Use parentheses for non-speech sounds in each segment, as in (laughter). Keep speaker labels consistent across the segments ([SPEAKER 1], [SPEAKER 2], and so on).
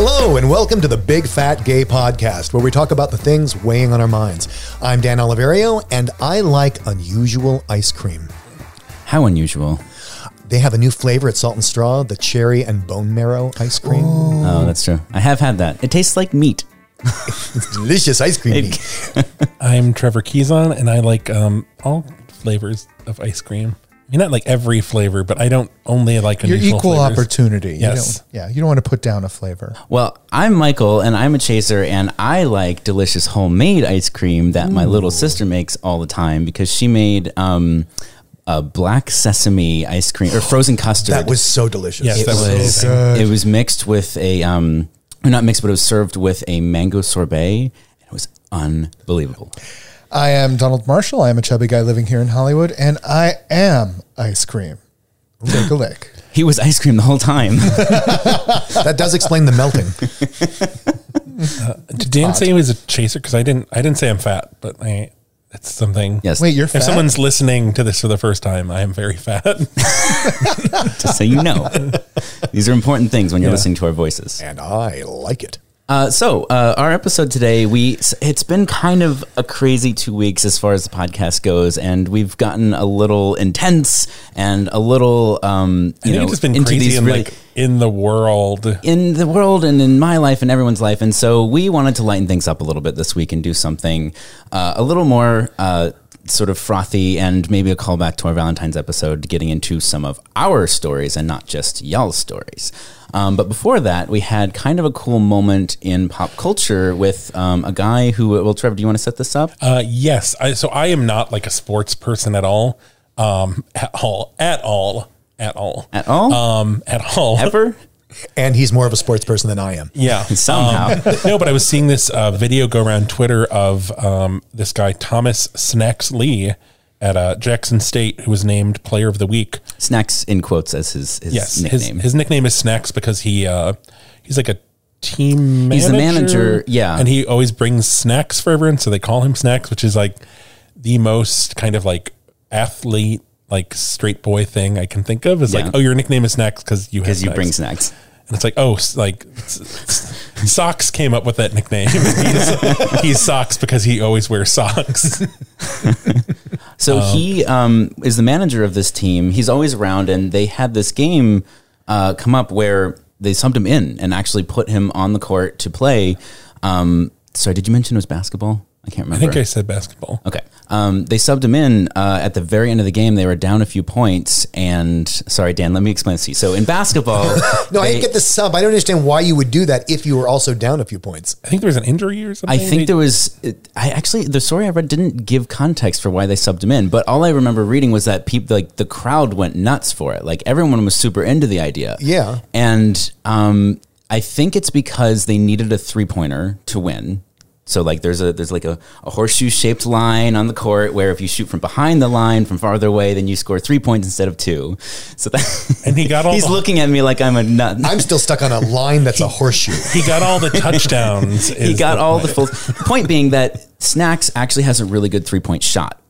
[SPEAKER 1] Welcome to the Big Fat Gay Podcast, where we talk about the things weighing on our minds. I'm Dan Oliverio, and I like unusual ice cream.
[SPEAKER 2] How unusual.
[SPEAKER 1] They have a new flavor at Salt and Straw, the cherry and bone marrow ice cream.
[SPEAKER 2] Oh, that's true. I have had that. It tastes like meat.
[SPEAKER 1] It's delicious ice cream. meat.
[SPEAKER 3] I'm Trevor Keyson, and I like um, all flavors of ice cream. I mean, not like every flavor, but I don't only like
[SPEAKER 4] Your
[SPEAKER 3] unusual
[SPEAKER 4] equal
[SPEAKER 3] flavors.
[SPEAKER 4] opportunity. You
[SPEAKER 3] Yes.
[SPEAKER 4] don't- yeah. You don't want to put down a flavor.
[SPEAKER 2] Well, I'm Michael and I'm a chaser and I like delicious homemade ice cream that my little sister makes all the time because she made um, a black sesame ice cream or frozen custard.
[SPEAKER 1] (gasps) That was so delicious.
[SPEAKER 3] Yes,
[SPEAKER 2] it
[SPEAKER 3] that
[SPEAKER 2] was,
[SPEAKER 3] was amazing.
[SPEAKER 2] it was mixed with a um not mixed but it was served with a mango sorbet and it was unbelievable.
[SPEAKER 4] I am Donald Marshall. I am a chubby guy living here in Hollywood, and I am ice cream. Take a lick.
[SPEAKER 2] He was ice cream the whole
[SPEAKER 1] (laughs)
[SPEAKER 2] time. (laughs)
[SPEAKER 1] that does explain the melting.
[SPEAKER 3] Did Dan say he was a chaser? Because I didn't. I didn't say I'm fat, but I, that's something.
[SPEAKER 2] yes.
[SPEAKER 4] Wait, you're
[SPEAKER 3] If
[SPEAKER 4] fat.
[SPEAKER 3] someone's listening to this for the first time, I am very (laughs) fat.
[SPEAKER 2] just so
[SPEAKER 1] (laughs)
[SPEAKER 2] you know. These are important things when you're listening to our voices.
[SPEAKER 1] and I like it.
[SPEAKER 2] Uh, so uh, our episode today, we it's been kind of a crazy two weeks as far as the podcast goes, and we've gotten a little intense and a little um,
[SPEAKER 3] I
[SPEAKER 2] you
[SPEAKER 3] think
[SPEAKER 2] know
[SPEAKER 3] it's just been
[SPEAKER 2] into
[SPEAKER 3] crazy
[SPEAKER 2] these
[SPEAKER 3] and
[SPEAKER 2] really
[SPEAKER 3] like in the world.
[SPEAKER 2] in the world and in my life and everyone's life, and so we wanted to lighten things up a little bit this week and do something uh, a little more. Uh, Sort of frothy, and maybe a callback to our Valentine's episode, getting into some of our stories and not just y'all's stories. Um, but before that, we had kind of a cool moment in pop culture with um, a guy who, well, Trevor, do you want to set this up?
[SPEAKER 3] Uh, yes. I, so I am not like a sports person at all. Um, at all. At all. At all.
[SPEAKER 2] At all?
[SPEAKER 3] Um, at all.
[SPEAKER 2] Ever?
[SPEAKER 1] And he's more of a sports person than I am.
[SPEAKER 2] (laughs)
[SPEAKER 3] Yeah.
[SPEAKER 2] Somehow.
[SPEAKER 3] (laughs) no, but I was seeing this uh, video go around Twitter of um, this guy Thomas Snacks Lee at uh, Jackson State, who was named Player of the Week.
[SPEAKER 2] Snacks in quotes as his, his
[SPEAKER 3] Yes,
[SPEAKER 2] nickname.
[SPEAKER 3] his his nickname is Snacks because he uh, he's like a team. Manager,
[SPEAKER 2] He's the manager, yeah.
[SPEAKER 3] and he always brings snacks for everyone, so they call him Snacks, which is like the most kind of like athlete. Like straight boy thing I can think of is
[SPEAKER 2] Yeah.
[SPEAKER 3] like, oh, your nickname is snacks because you have
[SPEAKER 2] because you bring
[SPEAKER 3] snacks.
[SPEAKER 2] snacks.
[SPEAKER 3] And it's like, oh, s- like s- s- socks came up with that nickname. (laughs) he's, he's socks because he always
[SPEAKER 2] (laughs)
[SPEAKER 3] wears socks.
[SPEAKER 2] So
[SPEAKER 1] Oh,
[SPEAKER 2] he um, is the manager of this team. He's always around, and they had this game uh, come up where they subbed him in and actually put him on the court to play. Um, sorry, did you mention it was basketball? I can't
[SPEAKER 3] I
[SPEAKER 2] remember.
[SPEAKER 3] think I said basketball.
[SPEAKER 2] Okay. Um, they subbed him in uh, at the very end of the game. They were down a few points, and sorry, Dan, let me explain this to you. So in basketball,
[SPEAKER 1] (laughs) No, I
[SPEAKER 2] they-
[SPEAKER 1] didn't get the sub. I don't understand why you would do that if you were also down a few points.
[SPEAKER 3] I think there was an injury or something.
[SPEAKER 2] I think there was. it- I actually the story I read didn't give context for why they subbed him in, but all I remember reading was that people like the crowd went nuts for it. Like everyone was super into the idea.
[SPEAKER 1] Yeah.
[SPEAKER 2] and um, I think it's because they needed a three pointer to win. So like there's a there's like a, a horseshoe shaped line on the court where if you shoot from behind the line from farther away then you score three points instead of two. So that (laughs)
[SPEAKER 3] And he got all
[SPEAKER 2] he's
[SPEAKER 3] the-
[SPEAKER 2] looking at me like I'm a nut.
[SPEAKER 1] I'm still stuck on a line that's
[SPEAKER 3] (laughs)
[SPEAKER 1] a horseshoe.
[SPEAKER 3] he got all the
[SPEAKER 2] (laughs)
[SPEAKER 3] touchdowns.
[SPEAKER 2] he got all the full point being that snacks actually has a really good three point shot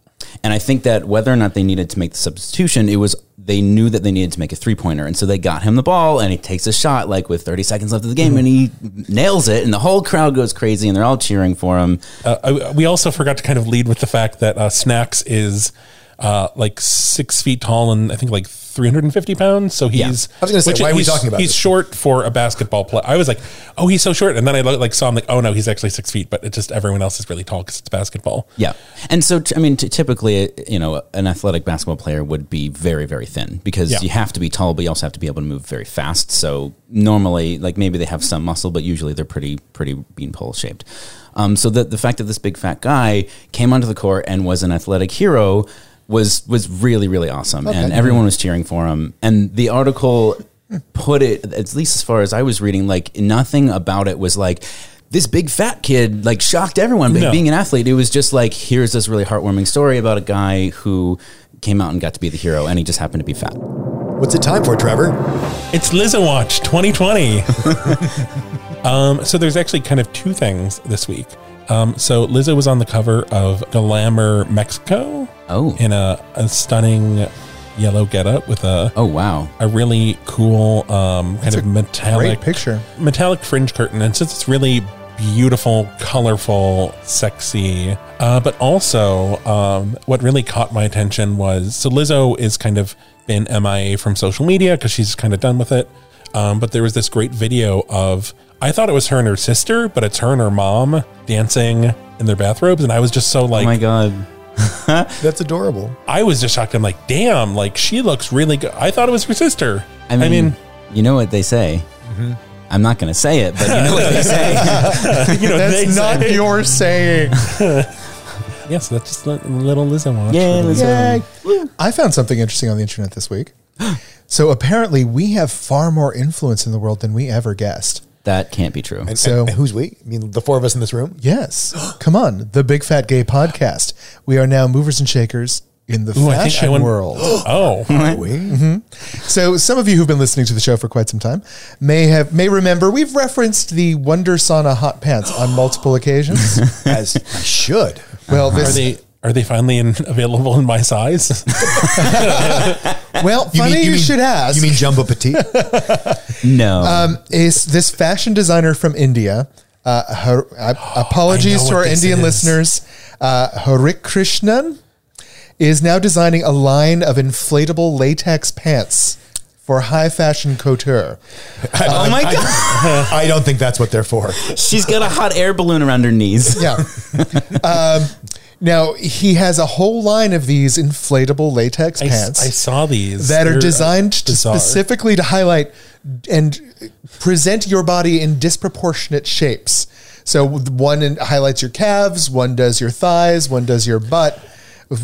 [SPEAKER 2] and i think that whether or not they needed to make the substitution it was they knew that they needed to make a three pointer and so they got him the ball and he takes a shot like with 30 seconds left of the game and he nails it and the whole crowd goes crazy and they're all cheering for him
[SPEAKER 3] Uh, I- we also forgot to kind of lead with the fact that uh, Snacks is uh, like six feet tall and I think like 350 pounds. So
[SPEAKER 2] Yeah.
[SPEAKER 3] he's.
[SPEAKER 1] I was gonna say,
[SPEAKER 3] which
[SPEAKER 1] why are we
[SPEAKER 3] he's-
[SPEAKER 1] talking about
[SPEAKER 3] He's
[SPEAKER 1] this?
[SPEAKER 3] short for a basketball player. I was like, oh, he's so short, and then I lo- like saw him like, oh no, he's actually six feet, but it just everyone else is really tall because it's basketball.
[SPEAKER 2] Yeah, and so t- I mean, t- typically, you know, an athletic basketball player would be very, very thin because
[SPEAKER 3] Yeah.
[SPEAKER 2] you have to be tall, but you also have to be able to move very fast. So normally, like maybe they have some muscle, but usually they're pretty, pretty beanpole shaped. Um, so the the fact that this big fat guy came onto the court and was an athletic hero was was really, really awesome, and everyone was cheering for him. And the article put it at least as far as I was reading, like nothing about it was like. This big fat kid like shocked everyone, but
[SPEAKER 3] No.
[SPEAKER 2] being an athlete, it was just like here's this really heartwarming story about a guy who came out and got to be the hero, and he just happened to be fat.
[SPEAKER 1] What's it time for, Trevor?
[SPEAKER 3] It's Lizzo Watch 2020. um, so there's actually kind of two things this week. Um, so Lizzo was on the cover of Glamour Mexico
[SPEAKER 2] Oh,
[SPEAKER 3] in a, a stunning yellow getup with a
[SPEAKER 2] Oh wow.
[SPEAKER 3] a really cool um, kind
[SPEAKER 4] That's
[SPEAKER 3] of
[SPEAKER 4] a
[SPEAKER 3] metallic
[SPEAKER 4] great picture.
[SPEAKER 3] metallic fringe curtain. And so it's really beautiful, colorful, sexy. Uh, but also, um, what really caught my attention was so Lizzo is kind of been MIA from social media because she's kind of done with it. Um, but there was this great video of I thought it was her and her sister, but it's her and her mom dancing in their bathrobes, and I was just so
[SPEAKER 2] Oh
[SPEAKER 3] like,
[SPEAKER 2] my god.
[SPEAKER 1] That's adorable.
[SPEAKER 3] I was just shocked. I'm like, damn, like she looks really good. I thought it was her sister.
[SPEAKER 2] I mean, you know what they say. I'm not going to say it, but you know what they say.
[SPEAKER 3] you know, they
[SPEAKER 4] That's
[SPEAKER 1] (laughs)
[SPEAKER 4] not
[SPEAKER 3] say- (laughs)
[SPEAKER 4] your saying.
[SPEAKER 3] Yes, that's just li- little Lizzo watch.
[SPEAKER 2] Yeah, Lizzo.
[SPEAKER 4] Yay. I found something interesting on the internet this week. So apparently, we have far more influence in the world than we ever guessed.
[SPEAKER 2] That can't be true.
[SPEAKER 1] And,
[SPEAKER 4] So-
[SPEAKER 1] and who's we? I mean, the four of us in this room.
[SPEAKER 4] Yes, come on, the Big Fat Gay Podcast. We are now movers and shakers in the
[SPEAKER 3] Ooh, I think I
[SPEAKER 4] fashion
[SPEAKER 3] went- (gasps)
[SPEAKER 4] world.
[SPEAKER 1] (laughs)
[SPEAKER 3] Oh,
[SPEAKER 4] So some of you who've been listening to the show for quite some time may have may remember we've referenced the Wonder Sauna hot pants on multiple occasions.
[SPEAKER 1] As I should.
[SPEAKER 4] Well,
[SPEAKER 3] are
[SPEAKER 4] this
[SPEAKER 3] they are they finally in, (laughs) available in my size?
[SPEAKER 4] well, funny you, should ask.
[SPEAKER 1] You mean Jumbo
[SPEAKER 4] (laughs)
[SPEAKER 1] Petite?
[SPEAKER 2] No.
[SPEAKER 4] um, is this fashion designer from India? Uh, her, uh,
[SPEAKER 3] (gasps) I
[SPEAKER 4] apologies
[SPEAKER 3] know
[SPEAKER 4] to
[SPEAKER 3] what
[SPEAKER 4] our
[SPEAKER 3] this
[SPEAKER 4] Indian
[SPEAKER 3] is.
[SPEAKER 4] listeners. Uh, Harik Krishnan is now designing a line of inflatable latex pants for high fashion couture.
[SPEAKER 2] oh my god.
[SPEAKER 1] I don't think that's what they're for.
[SPEAKER 2] She's got a hot air balloon around her knees.
[SPEAKER 3] (laughs)
[SPEAKER 4] Yeah. um, now he has a whole line of these inflatable latex
[SPEAKER 3] I, s- (laughs)
[SPEAKER 4] pants
[SPEAKER 3] I saw these
[SPEAKER 4] that
[SPEAKER 3] They're,
[SPEAKER 4] are
[SPEAKER 3] uh,
[SPEAKER 4] designed to
[SPEAKER 3] bizarre.
[SPEAKER 4] specifically to highlight and present your body in disproportionate shapes. So one in- highlights your calves, one does your thighs, one does your butt,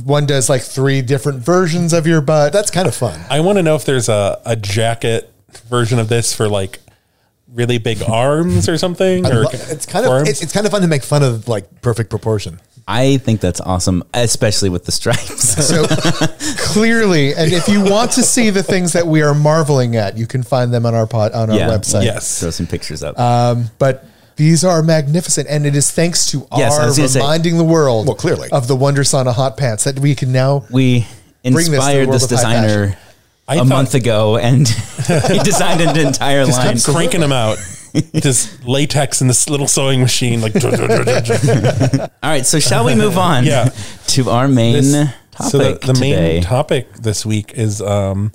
[SPEAKER 4] one does like three different versions of your butt.
[SPEAKER 1] That's kind of fun.
[SPEAKER 3] I want to know if there's a, a jacket version of this for like really big arms or something. or
[SPEAKER 1] Lo- It's kind of
[SPEAKER 3] forearms?
[SPEAKER 1] it's, it's kind of fun to make fun of like perfect proportion.
[SPEAKER 2] I think that's awesome, especially with the stripes.
[SPEAKER 4] So clearly, and if you want to see the things that we are marveling at, you can find them on our pod, on our
[SPEAKER 2] Yeah.
[SPEAKER 4] website.
[SPEAKER 3] yes.
[SPEAKER 2] Throw some pictures up.
[SPEAKER 4] but these are magnificent, and it is thanks to
[SPEAKER 2] Yes, I
[SPEAKER 4] our
[SPEAKER 2] was gonna say-
[SPEAKER 4] reminding the world,
[SPEAKER 1] Well, clearly.
[SPEAKER 4] of the Wonder Sauna hot pants that we can now.
[SPEAKER 2] we
[SPEAKER 4] this to the
[SPEAKER 2] inspired
[SPEAKER 4] world
[SPEAKER 2] this,
[SPEAKER 4] of high
[SPEAKER 2] designer a
[SPEAKER 3] I thought-
[SPEAKER 2] month ago, and (laughs) he designed an entire line.
[SPEAKER 3] I'm cranking them out. Just latex in this little sewing machine, like
[SPEAKER 2] All right, so shall we move on
[SPEAKER 3] (laughs) Yeah.
[SPEAKER 2] to our main
[SPEAKER 3] This-
[SPEAKER 2] topic
[SPEAKER 3] the, the
[SPEAKER 2] today?
[SPEAKER 3] main topic this week is um,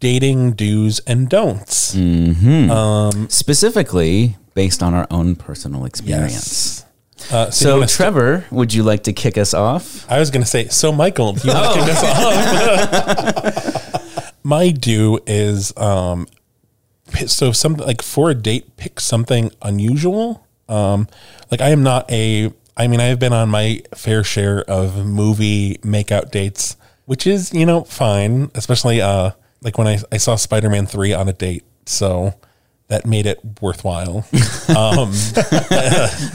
[SPEAKER 3] dating do's and don'ts.
[SPEAKER 2] specifically based on our own personal experience.
[SPEAKER 3] Uh, so, you
[SPEAKER 2] So,
[SPEAKER 3] wanna st-
[SPEAKER 2] Trevor, would you like to kick us off?
[SPEAKER 3] I was going to say, so Michael, do you want to kick us
[SPEAKER 1] Oh. (laughs)
[SPEAKER 3] off? My do is um, pi- so something like for a date, pick something unusual. Um, like I am not a. I mean, I have been on my fair share of movie makeout dates, which is you know fine, especially uh like when I I saw Spider Man three on a date, so that made it
[SPEAKER 1] (laughs)
[SPEAKER 3] worthwhile. Um,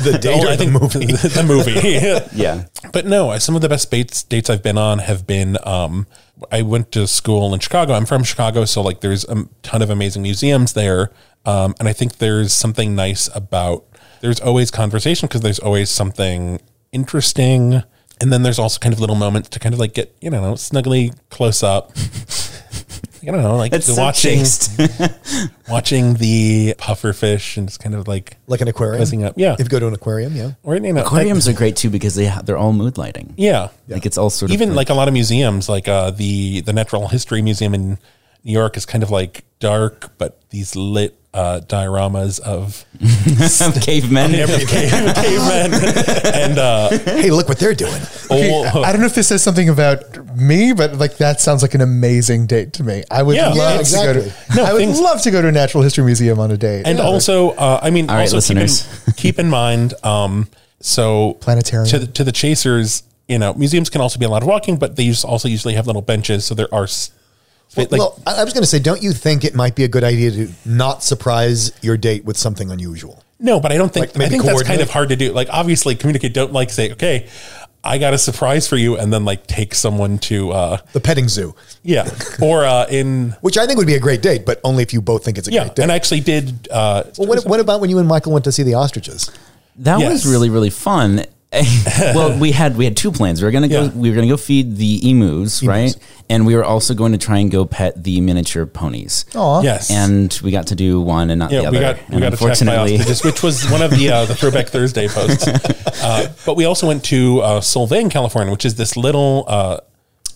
[SPEAKER 1] The date
[SPEAKER 3] oh,
[SPEAKER 1] or
[SPEAKER 3] I
[SPEAKER 1] the
[SPEAKER 3] think-
[SPEAKER 1] movie.
[SPEAKER 3] (laughs) the
[SPEAKER 1] (laughs)
[SPEAKER 3] movie,
[SPEAKER 2] Yeah.
[SPEAKER 3] but no, I- some of the best dates dates I've been on have been. Um, I went to school in Chicago. I'm from Chicago, so like there's a ton of amazing museums there, um, and I think there's something nice about. There's always conversation because there's always something interesting, and then there's also kind of little moments to kind of like get you know snuggly close up. (laughs) I don't know, like
[SPEAKER 2] That's so
[SPEAKER 3] watching (laughs)
[SPEAKER 2] chaste.
[SPEAKER 3] watching the pufferfish and just kind of like
[SPEAKER 1] like an aquarium.
[SPEAKER 3] closing up, yeah.
[SPEAKER 1] If you go to an aquarium, yeah.
[SPEAKER 3] Or, you know, like-
[SPEAKER 2] Aquariums are great too because they ha- they're all mood (laughs) lighting.
[SPEAKER 3] yeah,
[SPEAKER 2] Like it's all sort of
[SPEAKER 3] even like a lot of museums, like uh, the the Natural History Museum in New York, is kind of like dark, but these lit uh, dioramas of (laughs)
[SPEAKER 2] cavemen.
[SPEAKER 3] every cave, cavemen and uh,
[SPEAKER 1] Hey, look what they're doing.
[SPEAKER 4] Okay,
[SPEAKER 3] old.
[SPEAKER 4] I don't know if this says something about me, but like that sounds like an amazing date to me. I would
[SPEAKER 3] Yeah,
[SPEAKER 4] love
[SPEAKER 3] yeah,
[SPEAKER 4] to go
[SPEAKER 1] exactly.
[SPEAKER 4] to.
[SPEAKER 3] No,
[SPEAKER 4] I would
[SPEAKER 3] things-
[SPEAKER 4] love to go to a natural history museum on a date.
[SPEAKER 3] and
[SPEAKER 4] Yeah.
[SPEAKER 3] also, uh, I mean,
[SPEAKER 2] right,
[SPEAKER 3] also keep in-
[SPEAKER 2] listeners.
[SPEAKER 3] (laughs) Keep, in, mind, um, so
[SPEAKER 4] Planetarium.
[SPEAKER 3] to the, to the chasers, you know, museums can also be a lot of walking, but they us- also usually have little benches, so there are. s- Like,
[SPEAKER 1] well, I I was going to say, don't you think it might be a good idea to not surprise your date with something unusual?
[SPEAKER 3] No, but I don't think
[SPEAKER 1] Like, maybe
[SPEAKER 3] I think that's kind
[SPEAKER 1] coordinate?
[SPEAKER 3] of hard to do. Like obviously communicate don't like say, okay, I got a surprise for you and then like take someone to uh
[SPEAKER 1] The petting zoo,
[SPEAKER 3] yeah. (laughs) or uh in
[SPEAKER 1] which I think would be a great date, but only if you both think it's a
[SPEAKER 3] yeah,
[SPEAKER 1] great date.
[SPEAKER 3] and I actually did uh
[SPEAKER 1] well, what, what about when you and Michael went to see the ostriches?
[SPEAKER 2] That
[SPEAKER 3] Yes.
[SPEAKER 2] was really really fun. (laughs) well, we had we had two plans. We were gonna go.
[SPEAKER 3] Yeah.
[SPEAKER 2] We were gonna go feed the emus, right? And we were also going to try and go pet the miniature ponies.
[SPEAKER 4] Aw.
[SPEAKER 3] Oh, Yes.
[SPEAKER 2] And we got to do one and not the
[SPEAKER 3] Yeah,
[SPEAKER 2] other.
[SPEAKER 3] we got we
[SPEAKER 2] and
[SPEAKER 3] got attacked by ostriches, which was one of the uh, the Throwback Thursday
[SPEAKER 2] (laughs)
[SPEAKER 3] posts. Uh, but we also went to uh, Solvang, California, which is this little uh,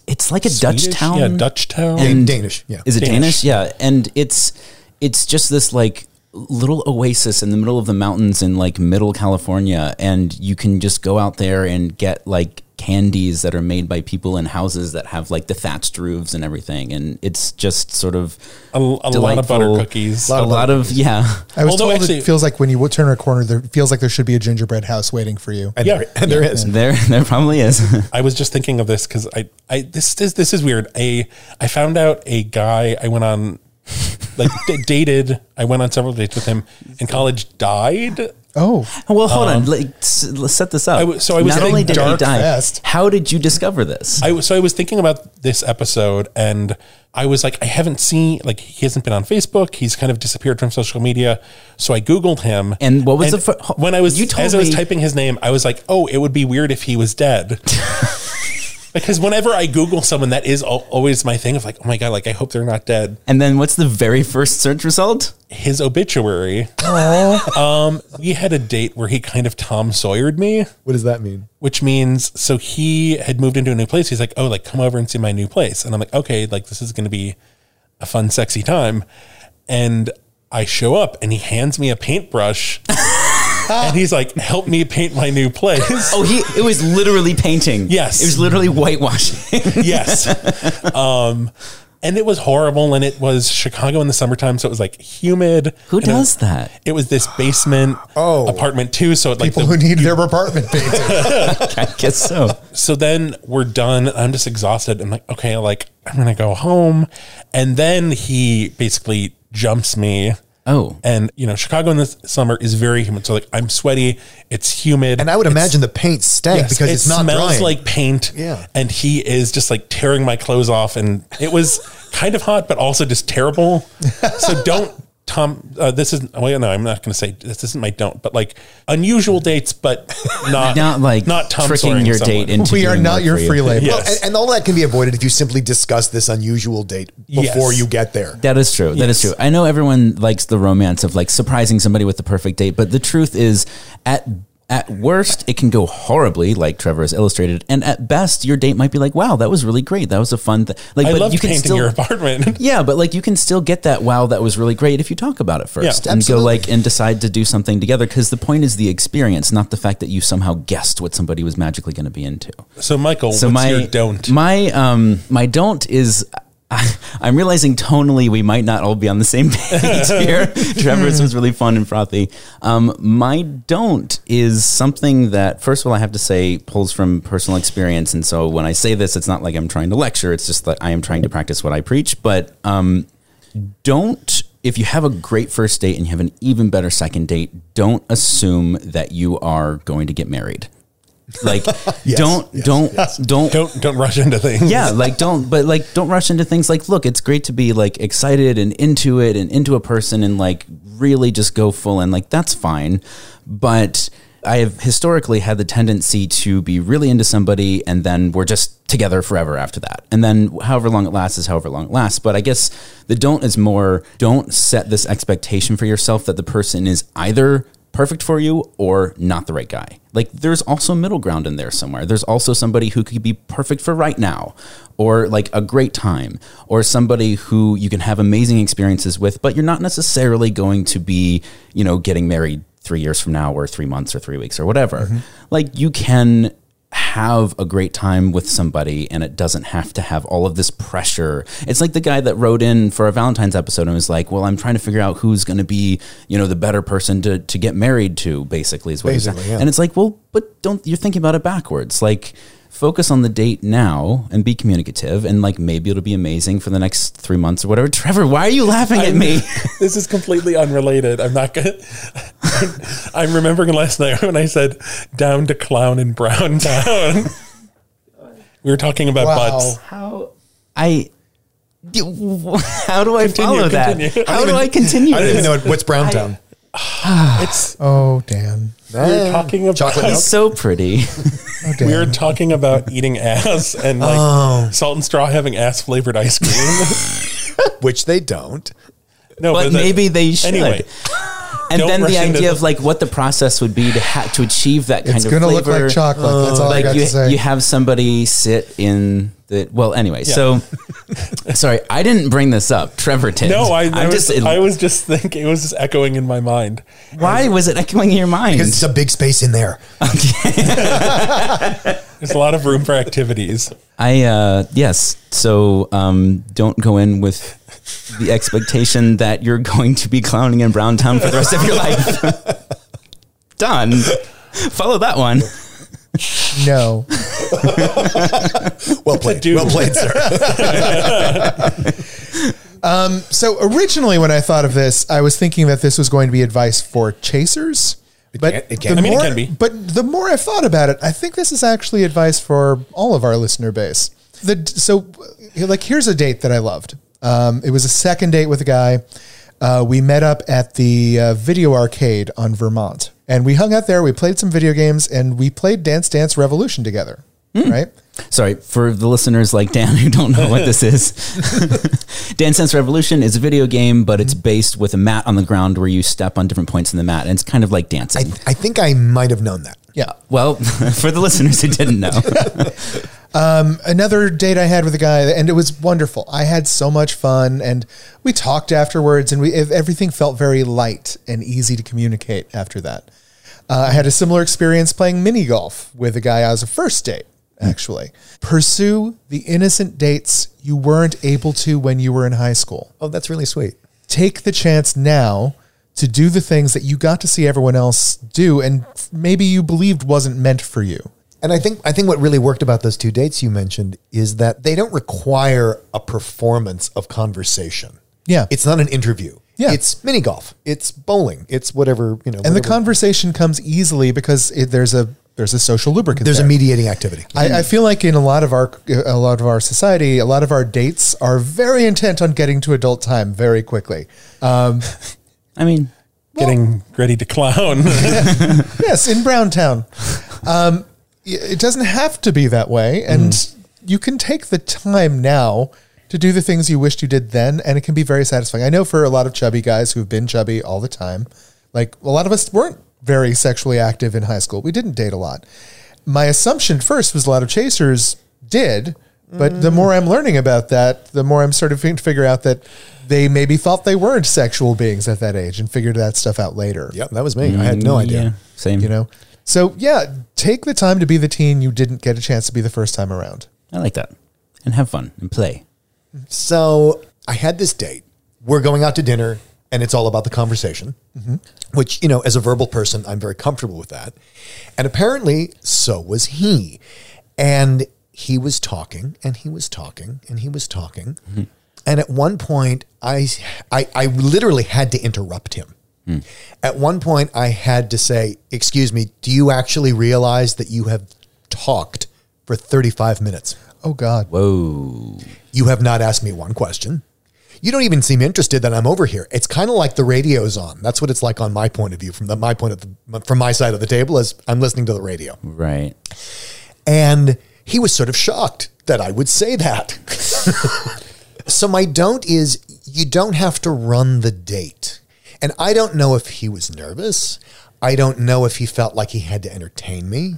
[SPEAKER 2] it's like a Dutch
[SPEAKER 3] Swedish-
[SPEAKER 2] town.
[SPEAKER 3] Yeah, Dutch town.
[SPEAKER 1] Dan- Danish. Yeah.
[SPEAKER 2] Is it
[SPEAKER 3] Danish.
[SPEAKER 2] Danish? Yeah, and it's it's just this like little oasis in the middle of the mountains in like middle California, and you can just go out there and get like candies that are made by people in houses that have like the thatched roofs and everything, and it's just sort of
[SPEAKER 3] a, a lot of butter
[SPEAKER 2] delightful-
[SPEAKER 3] cookies.
[SPEAKER 2] A lot, of yeah.
[SPEAKER 4] I was
[SPEAKER 3] Although
[SPEAKER 4] told
[SPEAKER 3] actually-
[SPEAKER 4] it feels like when you w- turn a corner, there feels like there should be a gingerbread house waiting for you.
[SPEAKER 1] And
[SPEAKER 3] Yeah.
[SPEAKER 1] there, and there is.
[SPEAKER 2] There, there probably
[SPEAKER 3] (laughs)
[SPEAKER 2] is.
[SPEAKER 3] I was just thinking of this because I, I this is this is weird. I I found out a guy I went on like d- (laughs) dated. I went on several dates with him in college. Died.
[SPEAKER 4] Oh,
[SPEAKER 2] well, hold on. Like, s- let's set this up.
[SPEAKER 3] Um, I w- so I was
[SPEAKER 2] not
[SPEAKER 3] at a
[SPEAKER 2] only did he
[SPEAKER 4] dark
[SPEAKER 2] die.
[SPEAKER 4] fest.
[SPEAKER 2] How did you discover this?
[SPEAKER 3] I was- so I was thinking about this episode and I was like, I haven't seen like he hasn't been on Facebook. He's kind of disappeared from social media. So I googled him.
[SPEAKER 2] And what was the fir-
[SPEAKER 3] when I was
[SPEAKER 2] You told
[SPEAKER 3] as I was
[SPEAKER 2] me-
[SPEAKER 3] typing his name, I was like, oh, it would be weird if he was
[SPEAKER 2] (laughs)
[SPEAKER 3] dead. because whenever I Google someone, that is al- always my thing of like, oh my god, like I hope they're not dead.
[SPEAKER 2] and then, what's the very first search result?
[SPEAKER 3] His obituary. um, we had a date where he kind of Tom Sawyered me.
[SPEAKER 1] What does that mean?
[SPEAKER 3] which means so he had moved into a new place. He's like, oh, like come over and see my new place, and I'm like, okay, like this is going to be a fun, sexy time, and I show up and he hands me a paintbrush, and he's like, help me paint my
[SPEAKER 2] (laughs)
[SPEAKER 3] new place.
[SPEAKER 2] Oh, he it was literally painting.
[SPEAKER 3] Yes.
[SPEAKER 2] It was literally whitewashing.
[SPEAKER 3] yes. Um, and it was horrible, and it was Chicago in the summertime, so it was like humid.
[SPEAKER 2] Who
[SPEAKER 3] And it was-
[SPEAKER 2] does that?
[SPEAKER 3] It was this basement
[SPEAKER 1] Oh.
[SPEAKER 3] apartment too, so it like
[SPEAKER 4] (laughs) people
[SPEAKER 3] the-
[SPEAKER 4] who need
[SPEAKER 1] (laughs)
[SPEAKER 4] their apartment painted.
[SPEAKER 2] I guess
[SPEAKER 3] (laughs)
[SPEAKER 2] so.
[SPEAKER 3] so then we're done. I'm just exhausted. I'm like, okay, like I'm gonna go home. And then he basically jumps me.
[SPEAKER 2] Oh.
[SPEAKER 3] And you know, Chicago in the s- summer is very humid. So like I'm sweaty, it's humid.
[SPEAKER 1] And I would
[SPEAKER 3] It's-
[SPEAKER 1] imagine the paint stank
[SPEAKER 3] yes,
[SPEAKER 1] because
[SPEAKER 3] it
[SPEAKER 1] it's not
[SPEAKER 3] smells
[SPEAKER 1] drying.
[SPEAKER 3] like paint.
[SPEAKER 1] Yeah.
[SPEAKER 3] And he is just like tearing my clothes off. And it was (laughs) kind of hot, but also just terrible.
[SPEAKER 1] (laughs)
[SPEAKER 3] so don't Tom uh, this is well no, I'm not gonna say this isn't my don't, but like unusual dates, but not
[SPEAKER 2] Not like
[SPEAKER 3] not Tom
[SPEAKER 2] tricking
[SPEAKER 3] Sawyering
[SPEAKER 2] your
[SPEAKER 3] someone.
[SPEAKER 2] date into
[SPEAKER 4] we are
[SPEAKER 2] doing
[SPEAKER 4] not
[SPEAKER 2] work
[SPEAKER 4] your
[SPEAKER 2] for you.
[SPEAKER 4] free labor.
[SPEAKER 3] Yeah.
[SPEAKER 1] Well,
[SPEAKER 3] Yes.
[SPEAKER 1] and, and all that can be avoided if you simply discuss this unusual date before
[SPEAKER 3] Yes.
[SPEAKER 1] you get there.
[SPEAKER 2] That is true. That is true.
[SPEAKER 3] Yes.
[SPEAKER 2] I know everyone likes the romance of like surprising somebody with the perfect date, but the truth is at at worst it can go horribly like Trevor has illustrated, and at best your date might be like, "Wow, that was really great. That was a fun thing." Like
[SPEAKER 3] I
[SPEAKER 2] but
[SPEAKER 3] love
[SPEAKER 2] you can
[SPEAKER 3] painting
[SPEAKER 2] still
[SPEAKER 3] your apartment.
[SPEAKER 2] Yeah, but like you can still get that wow, that was really great if you talk about it first
[SPEAKER 3] Yeah,
[SPEAKER 2] and
[SPEAKER 1] absolutely.
[SPEAKER 2] go like and decide to do something together because the point is the experience, not the fact that you somehow guessed what somebody was magically going to be into.
[SPEAKER 3] (laughs) So Michael,
[SPEAKER 2] So
[SPEAKER 3] what's
[SPEAKER 2] my
[SPEAKER 3] your don't?
[SPEAKER 2] my um my don't is (laughs) I, I'm realizing tonally we might not all be on the same (laughs) page
[SPEAKER 3] (laughs)
[SPEAKER 2] here. Trevor's was really fun and frothy. Um, my don't is something that first of all I have to say pulls from personal experience, and so when I say this, it's not like I'm trying to lecture. It's just that I am trying to practice what I preach. But um, don't if you have a great first date and you have an even better second date, don't assume that you are going to get married. Like don't don't don't
[SPEAKER 3] don't don't rush into things.
[SPEAKER 2] yeah like don't but like don't rush into things like look it's great to be like excited and into it and into a person and like really just go full and like that's fine but i have historically had the tendency to be really into somebody and then we're just together forever after that and then however long it lasts is however long it lasts but i guess the don't is more don't set this expectation for yourself that the person is either perfect for you or not the right guy. Like there's also middle ground in there somewhere. There's also somebody who could be perfect for right now or like a great time or somebody who you can have amazing experiences with, but you're not necessarily going to be, you know, getting married 3 years from now or 3 months or 3 weeks or whatever. Like you can have a great time with somebody and it doesn't have to have all of this pressure. It's like the guy that wrote in for our Valentine's episode and was like, Well, I'm trying to figure out who's gonna be, you know, the better person to to get married to, basically is what he's
[SPEAKER 1] Basically, yeah.
[SPEAKER 2] And it's like, well, but don't you're thinking about it backwards. Like focus on the date now and be communicative and like maybe it'll be amazing for the next three months or whatever. (laughs) Trevor, why are you laughing at me?
[SPEAKER 3] (laughs)
[SPEAKER 2] (laughs)
[SPEAKER 3] this is completely unrelated. I'm not gonna. (laughs) I'm remembering last night when I said down to clown in brown (laughs) town. we were talking about
[SPEAKER 4] Wow.
[SPEAKER 3] butts.
[SPEAKER 2] How I (laughs) do- how do I
[SPEAKER 3] Continue,
[SPEAKER 2] follow
[SPEAKER 3] continue.
[SPEAKER 2] that? How do I continue?
[SPEAKER 1] I don't even
[SPEAKER 2] this?
[SPEAKER 1] know what's Browntown.
[SPEAKER 4] (sighs)
[SPEAKER 3] It's
[SPEAKER 4] Oh, Dan.
[SPEAKER 3] we're talking about
[SPEAKER 1] chocolate milk.
[SPEAKER 2] He's so
[SPEAKER 3] (laughs)
[SPEAKER 2] pretty.
[SPEAKER 4] Oh, Dan.
[SPEAKER 3] we were talking about eating ass and like
[SPEAKER 1] Oh.
[SPEAKER 3] salt and straw having ass flavored ice cream. (laughs)
[SPEAKER 1] which they don't.
[SPEAKER 3] no,
[SPEAKER 2] but
[SPEAKER 3] that-
[SPEAKER 2] maybe they should.
[SPEAKER 3] Anyway,
[SPEAKER 2] and
[SPEAKER 3] Don't
[SPEAKER 2] then
[SPEAKER 3] rush
[SPEAKER 2] the
[SPEAKER 3] into
[SPEAKER 2] idea
[SPEAKER 3] the-
[SPEAKER 2] of like what the process would be to ha- to achieve that kind
[SPEAKER 4] It's
[SPEAKER 2] of
[SPEAKER 4] going to look
[SPEAKER 2] flavor.
[SPEAKER 4] like chocolate. That's all I got
[SPEAKER 2] like you,
[SPEAKER 4] to say.
[SPEAKER 2] you have somebody sit in the well anyway
[SPEAKER 3] (laughs)
[SPEAKER 2] so sorry i didn't bring this up trevor did
[SPEAKER 3] no, I, I
[SPEAKER 2] I'm
[SPEAKER 3] was,
[SPEAKER 2] just
[SPEAKER 3] I was just thinking it was just echoing in my mind.
[SPEAKER 2] why was it echoing in your mind
[SPEAKER 1] Because it's a big space in there.
[SPEAKER 3] There's a lot of room for activities.
[SPEAKER 2] i uh yes so um don't go in with
[SPEAKER 1] (laughs)
[SPEAKER 2] the expectation that you're going to be clowning in brown town for the rest of your life
[SPEAKER 1] (laughs)
[SPEAKER 2] done follow that one
[SPEAKER 4] (laughs) no.
[SPEAKER 1] Well played.
[SPEAKER 3] dude.
[SPEAKER 1] Well played, sir.
[SPEAKER 4] So originally, when I thought of this, I was thinking that this was going to be advice for chasers. But
[SPEAKER 1] can't- it can't
[SPEAKER 4] the
[SPEAKER 1] be.
[SPEAKER 3] I mean, it
[SPEAKER 4] more-
[SPEAKER 3] can be.
[SPEAKER 4] But the more I've thought about it, I think this is actually advice for all of our listener base. The so, like, here's a date that I loved. Um, it was a second date with a guy. Uh, we met up at the uh, video arcade on Vermont, and we hung out there. We played some video games, and we played Dance Dance Revolution together. Right.
[SPEAKER 2] Sorry, for the listeners like Dan who don't know what this is.
[SPEAKER 1] (laughs)
[SPEAKER 2] Dance Dance Revolution is a video game, but
[SPEAKER 1] Mm-hmm.
[SPEAKER 2] it's based with a mat on the ground where you step on different points in the mat, and it's kind of like
[SPEAKER 1] I,
[SPEAKER 2] dancing.
[SPEAKER 1] I think I might have known that.
[SPEAKER 4] Yeah.
[SPEAKER 2] well, (laughs) for the listeners who
[SPEAKER 1] (laughs)
[SPEAKER 2] didn't know,
[SPEAKER 4] another date I had with a guy, and it was wonderful. I had so much fun, and we talked afterwards, and we ev- everything felt very light and easy to communicate after that. Uh, I had a similar experience playing mini golf with a guy I was a first date. Actually, pursue the innocent dates you weren't able to when you were in high school.
[SPEAKER 1] Oh, that's really sweet.
[SPEAKER 4] Take the chance now to do the things that you got to see everyone else do, and f- maybe you believed wasn't meant for you.
[SPEAKER 1] And I think I think what really worked about those two dates you mentioned is that they don't require a performance of conversation.
[SPEAKER 4] Yeah.
[SPEAKER 1] It's not an interview.
[SPEAKER 4] Yeah.
[SPEAKER 1] It's mini golf. It's bowling. It's whatever, you know.
[SPEAKER 4] and the
[SPEAKER 1] whatever-
[SPEAKER 4] conversation comes easily because it, there's a there's a social lubricant.
[SPEAKER 1] there's a mm.
[SPEAKER 4] there.
[SPEAKER 1] mediating activity.
[SPEAKER 4] I, I feel like in a lot of our a lot of our society, a lot of our dates are very intent on getting to adult time very quickly.
[SPEAKER 2] I mean,
[SPEAKER 3] Getting ready to clown. (laughs)
[SPEAKER 4] yes, in Brown Town, um, y- it doesn't have to be that way, and
[SPEAKER 1] Mm.
[SPEAKER 4] you can take the time now to do the things you wished you did then, and it can be very satisfying. I know for a lot of chubby guys who've been chubby all the time, like a lot of us weren't very sexually active in high school. We didn't date a lot. My assumption first was a lot of chasers did. But the more
[SPEAKER 1] Mm.
[SPEAKER 4] I'm learning about that, the more I'm starting to figure out that they maybe thought they weren't sexual beings at that age and figured that stuff out later
[SPEAKER 1] Yep, that was me. I had no idea.
[SPEAKER 2] yeah, same.
[SPEAKER 4] you know so yeah take the time to be the teen you didn't get a chance to be the first time around
[SPEAKER 2] I like that, and have fun and play.
[SPEAKER 1] So I had this date. We're going out to dinner, and it's all about the conversation, which, you know, as a verbal person, I'm very comfortable with that. And apparently, so was he. And he was talking, and he was talking, and he was talking. And at one point, I, I, I literally had to interrupt him. At one point, I had to say, Excuse me, do you actually realize that you have talked for 35 minutes?
[SPEAKER 4] oh god
[SPEAKER 2] Whoa,
[SPEAKER 1] You have not asked me one question. You don't even seem interested that I'm over here. It's kind of like the radio's on. That's what it's like on my point of view from the, my point of the, from my side of the table as I'm listening to the radio.
[SPEAKER 2] right?
[SPEAKER 1] And he was sort of shocked that I would say that. so my don't is you don't have to run the date. And I don't know if he was nervous. I don't know if he felt like he had to entertain me.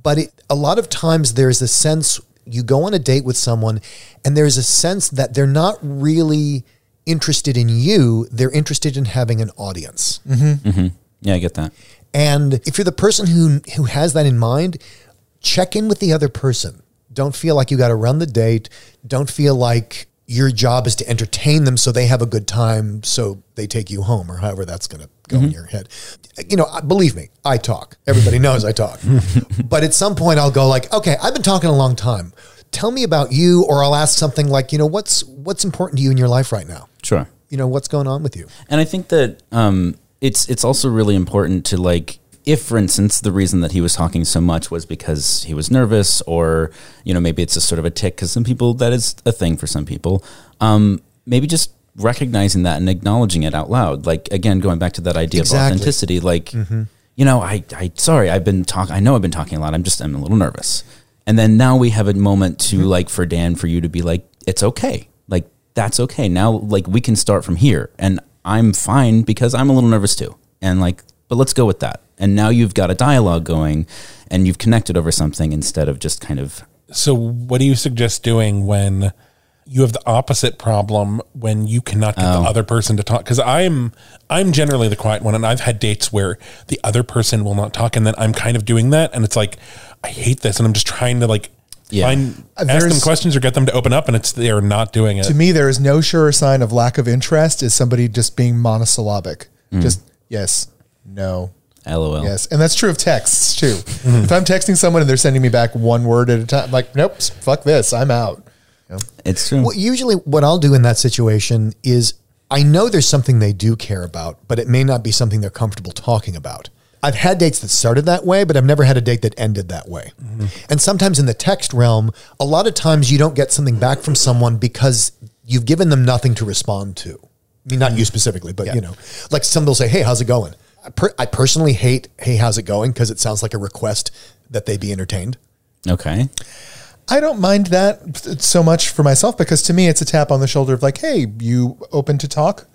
[SPEAKER 1] But it, a lot of times there's a sense you go on a date with someone and there's a sense that they're not really interested in you, they're interested in having an audience.
[SPEAKER 2] Yeah, I get that.
[SPEAKER 1] And if you're the person who who has that in mind, check in with the other person. Don't feel like you got to run the date. Don't feel like your job is to entertain them so they have a good time so they take you home or however that's going to go in your head. You know, I- believe me, I talk. Everybody knows I talk. but at some point I'll go like, "Okay, I've been talking a long time. Tell me about you" or I'll ask something like, "You know, what's what's important to you in your life right now?
[SPEAKER 2] Sure.
[SPEAKER 1] You know, what's going on with you?"
[SPEAKER 2] And I think that um, it's it's also really important to like if, for instance, the reason that he was talking so much was because he was nervous, or you know maybe it's just sort of a tick because some people that is a thing for some people. Um, maybe just recognizing that and acknowledging it out loud. Like again, going back to that idea
[SPEAKER 1] Exactly.
[SPEAKER 2] of authenticity. Like you know, I I sorry, I've been talk. I know I've been talking a lot. I'm just I'm a little nervous. And then now we have a moment to like for Dan for you to be like it's okay. Like that's okay. Now like we can start from here, and I'm fine because I'm a little nervous too. And like, but let's go with that. And now you've got a dialogue going, and you've connected over something instead of just kind of
[SPEAKER 3] So, what do you suggest doing when you have the opposite problem when you cannot get the other person to talk? Because I'm I'm generally the quiet one, and I've had dates where the other person will not talk, and then I'm kind of doing that, and it's like I hate this, and I'm just trying to like
[SPEAKER 2] Yeah.
[SPEAKER 3] find
[SPEAKER 4] Uh,
[SPEAKER 3] ask them
[SPEAKER 4] there's-
[SPEAKER 3] questions or get them to open up, and it's they are not doing it.
[SPEAKER 4] to me, there is no surer sign of lack of interest is somebody just being monosyllabic.
[SPEAKER 1] Mm.
[SPEAKER 4] Just yes, no,
[SPEAKER 2] lol.
[SPEAKER 4] yes, and that's true of texts too.
[SPEAKER 1] Mm-hmm.
[SPEAKER 4] If I'm texting someone and they're sending me back one word at a time, I'm like nope, fuck this, I'm out.
[SPEAKER 2] It's true.
[SPEAKER 1] Well, usually what I'll do in that situation is I know there's something they do care about, but it may not be something they're comfortable talking about. I've had dates that started that way, but I've never had a date that ended that way. And sometimes in the text realm, a lot of times you don't get something back from someone because you've given them nothing to respond to. I mean, not you specifically, but you know, like some will say, "Hey, how's it going?" I, per- I personally hate "Hey, how's it going?" because it sounds like a request that they be entertained.
[SPEAKER 2] okay.
[SPEAKER 4] I don't mind that so much for myself because to me it's a tap on the shoulder of like, hey, you open to talk,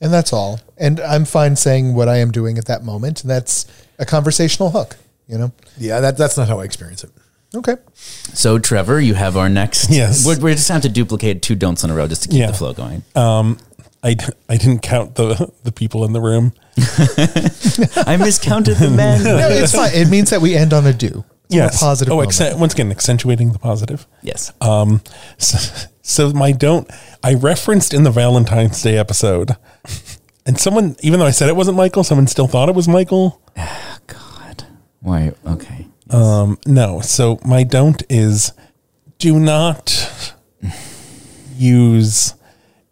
[SPEAKER 4] and that's all. And I'm fine saying what I am doing at that moment, and that's a conversational hook, you know.
[SPEAKER 1] Yeah, that, that's not how I experience it.
[SPEAKER 4] Okay,
[SPEAKER 2] So, Trevor, you have our next.
[SPEAKER 3] Yes.
[SPEAKER 2] We're, we just have to duplicate two don'ts in a row just to keep
[SPEAKER 3] Yeah.
[SPEAKER 2] the flow going.
[SPEAKER 3] I, d- I didn't count the the people in the room.
[SPEAKER 2] I miscounted the men.
[SPEAKER 4] no,
[SPEAKER 3] (laughs)
[SPEAKER 4] it's fine. It means that we end on a do. It's on a positive.
[SPEAKER 3] Oh,
[SPEAKER 4] moment.
[SPEAKER 3] accent, once again, accentuating the positive.
[SPEAKER 2] Yes.
[SPEAKER 3] Um, (laughs) so, so my don't I referenced in the Valentine's Day episode, and someone, even though I said it wasn't Michael, someone still thought it was Michael.
[SPEAKER 2] God. Why? Okay.
[SPEAKER 3] Um, no, so my don't is do not use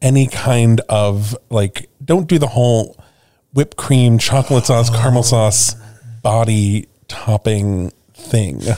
[SPEAKER 3] any kind of like don't do the whole whipped cream, chocolate sauce, caramel sauce, body topping thing.
[SPEAKER 1] You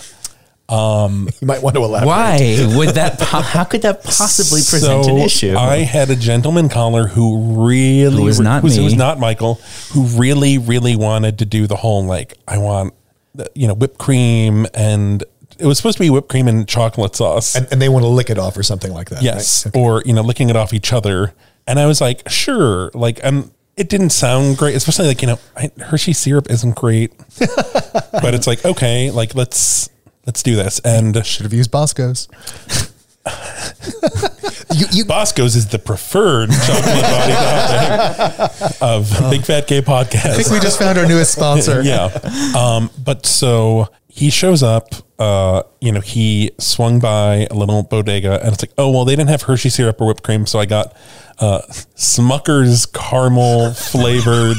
[SPEAKER 1] might want to elaborate.
[SPEAKER 2] Why would that? Po- how could that possibly present an issue?
[SPEAKER 3] I had a gentleman caller who really
[SPEAKER 2] Who was not
[SPEAKER 3] who was,
[SPEAKER 2] me.
[SPEAKER 3] not Michael, who really, really wanted to do the whole like I want, the, you know, whipped cream and it was supposed to be whipped cream and chocolate sauce.
[SPEAKER 1] and, and they want to lick it off or something like that.
[SPEAKER 3] yes,
[SPEAKER 1] right?
[SPEAKER 3] or you know, licking it off each other. And I was like, sure, like and it didn't sound great, especially like you know, I, Hershey syrup
[SPEAKER 1] (laughs)
[SPEAKER 3] isn't great, but it's like okay, like let's let's do this. And
[SPEAKER 4] Should have used Bosco's.
[SPEAKER 1] You, you,
[SPEAKER 3] Bosco's is
[SPEAKER 1] (laughs)
[SPEAKER 3] the preferred chocolate body topping of
[SPEAKER 1] Uh-huh.
[SPEAKER 3] Big Fat Gay
[SPEAKER 4] I think
[SPEAKER 3] Podcast.
[SPEAKER 4] we just found our
[SPEAKER 3] (laughs)
[SPEAKER 4] newest sponsor.
[SPEAKER 3] Yeah. Um, but so he shows up, uh, you know, he swung by a little bodega and it's like, oh, well, they didn't have Hershey syrup or whipped cream. So I got uh, Smucker's
[SPEAKER 1] (laughs)
[SPEAKER 3] caramel flavored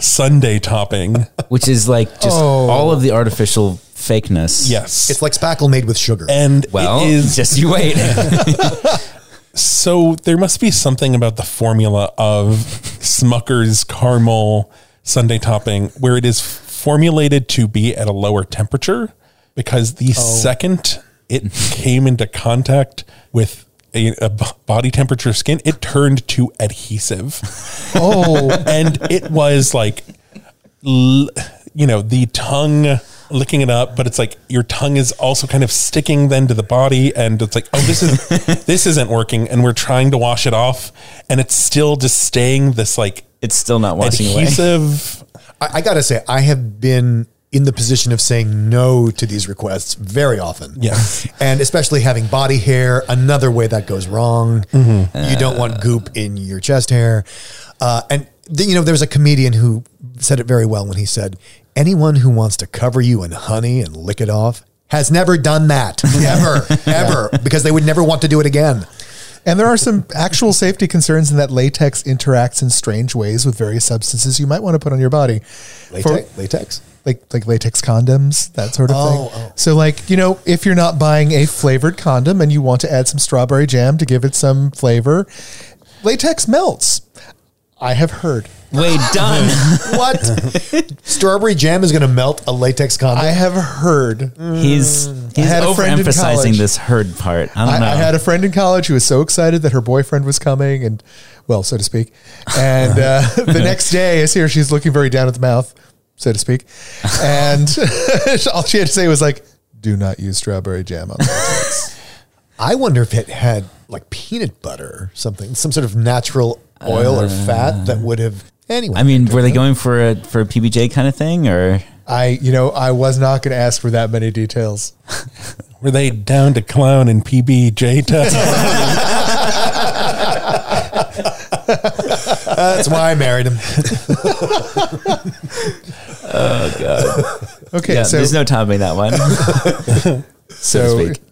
[SPEAKER 3] Sunday topping.
[SPEAKER 2] Which is like just all of the artificial fakeness.
[SPEAKER 3] Yes.
[SPEAKER 1] it's like spackle made with sugar.
[SPEAKER 3] and
[SPEAKER 2] Well,
[SPEAKER 3] it is
[SPEAKER 2] just you wait. (laughs)
[SPEAKER 3] So there must be something about the formula of Smucker's caramel Sunday topping where it is formulated to be at a lower temperature because the second it came into contact with a, a b- body temperature skin, it turned to adhesive.
[SPEAKER 4] Oh,
[SPEAKER 3] and it was like, l- you know, the tongue licking it up, but it's like your tongue is also kind of sticking then to the body, and it's like, oh, this is this isn't working, and we're trying to wash it off, and it's still just staying this like
[SPEAKER 2] it's still not washing away.
[SPEAKER 3] adhesive.
[SPEAKER 1] I, I got to say, I have been in the position of saying no to these requests very often.
[SPEAKER 3] Yes.
[SPEAKER 1] And especially having body hair, another way that goes wrong. You don't want goop in your chest hair. Uh, and, th- you know, there was a comedian who said it very well when he said, Anyone who wants to cover you in honey and lick it off has never done (laughs) that, ever, ever, because they would never want to do it again.
[SPEAKER 4] and there are some actual safety concerns in that latex interacts in strange ways with various substances you might want to put on your body. For-
[SPEAKER 1] Latex? latex?
[SPEAKER 4] like like latex condoms, that sort of
[SPEAKER 1] Oh,
[SPEAKER 4] thing.
[SPEAKER 1] oh.
[SPEAKER 4] So like, you know, if you're not buying a flavored condom and you want to add some strawberry jam to give it some flavor, latex melts. I have heard.
[SPEAKER 2] Way done.
[SPEAKER 1] What?
[SPEAKER 4] (laughs)
[SPEAKER 1] Strawberry jam is going to melt a latex condom. Hmm.
[SPEAKER 4] I have heard.
[SPEAKER 2] he's he's
[SPEAKER 4] had a friend in
[SPEAKER 2] overemphasizing
[SPEAKER 4] college.
[SPEAKER 2] this herd part. I don't know.
[SPEAKER 4] I, I had a friend in college who was so excited that her boyfriend was coming, and well, so to speak. And
[SPEAKER 2] (laughs)
[SPEAKER 4] uh, (laughs) the next day, I see her; she's looking very down at the mouth, so to speak. And (laughs) all she had to say was like, "Do not use strawberry jam on." That.
[SPEAKER 1] I wonder if it had like peanut butter or something, some sort of natural oil or fat that would have. Anyway,
[SPEAKER 2] I mean, were they going for a for a PBJ kind of thing or?
[SPEAKER 4] I, you know, I was not going to ask for that many details.
[SPEAKER 3] Were they down to clown and PBJ time?
[SPEAKER 1] that's why I married him.
[SPEAKER 4] (laughs) Okay,
[SPEAKER 2] Oh, Yeah,
[SPEAKER 4] so
[SPEAKER 2] there's no topping that one. so
[SPEAKER 4] so
[SPEAKER 2] to speak.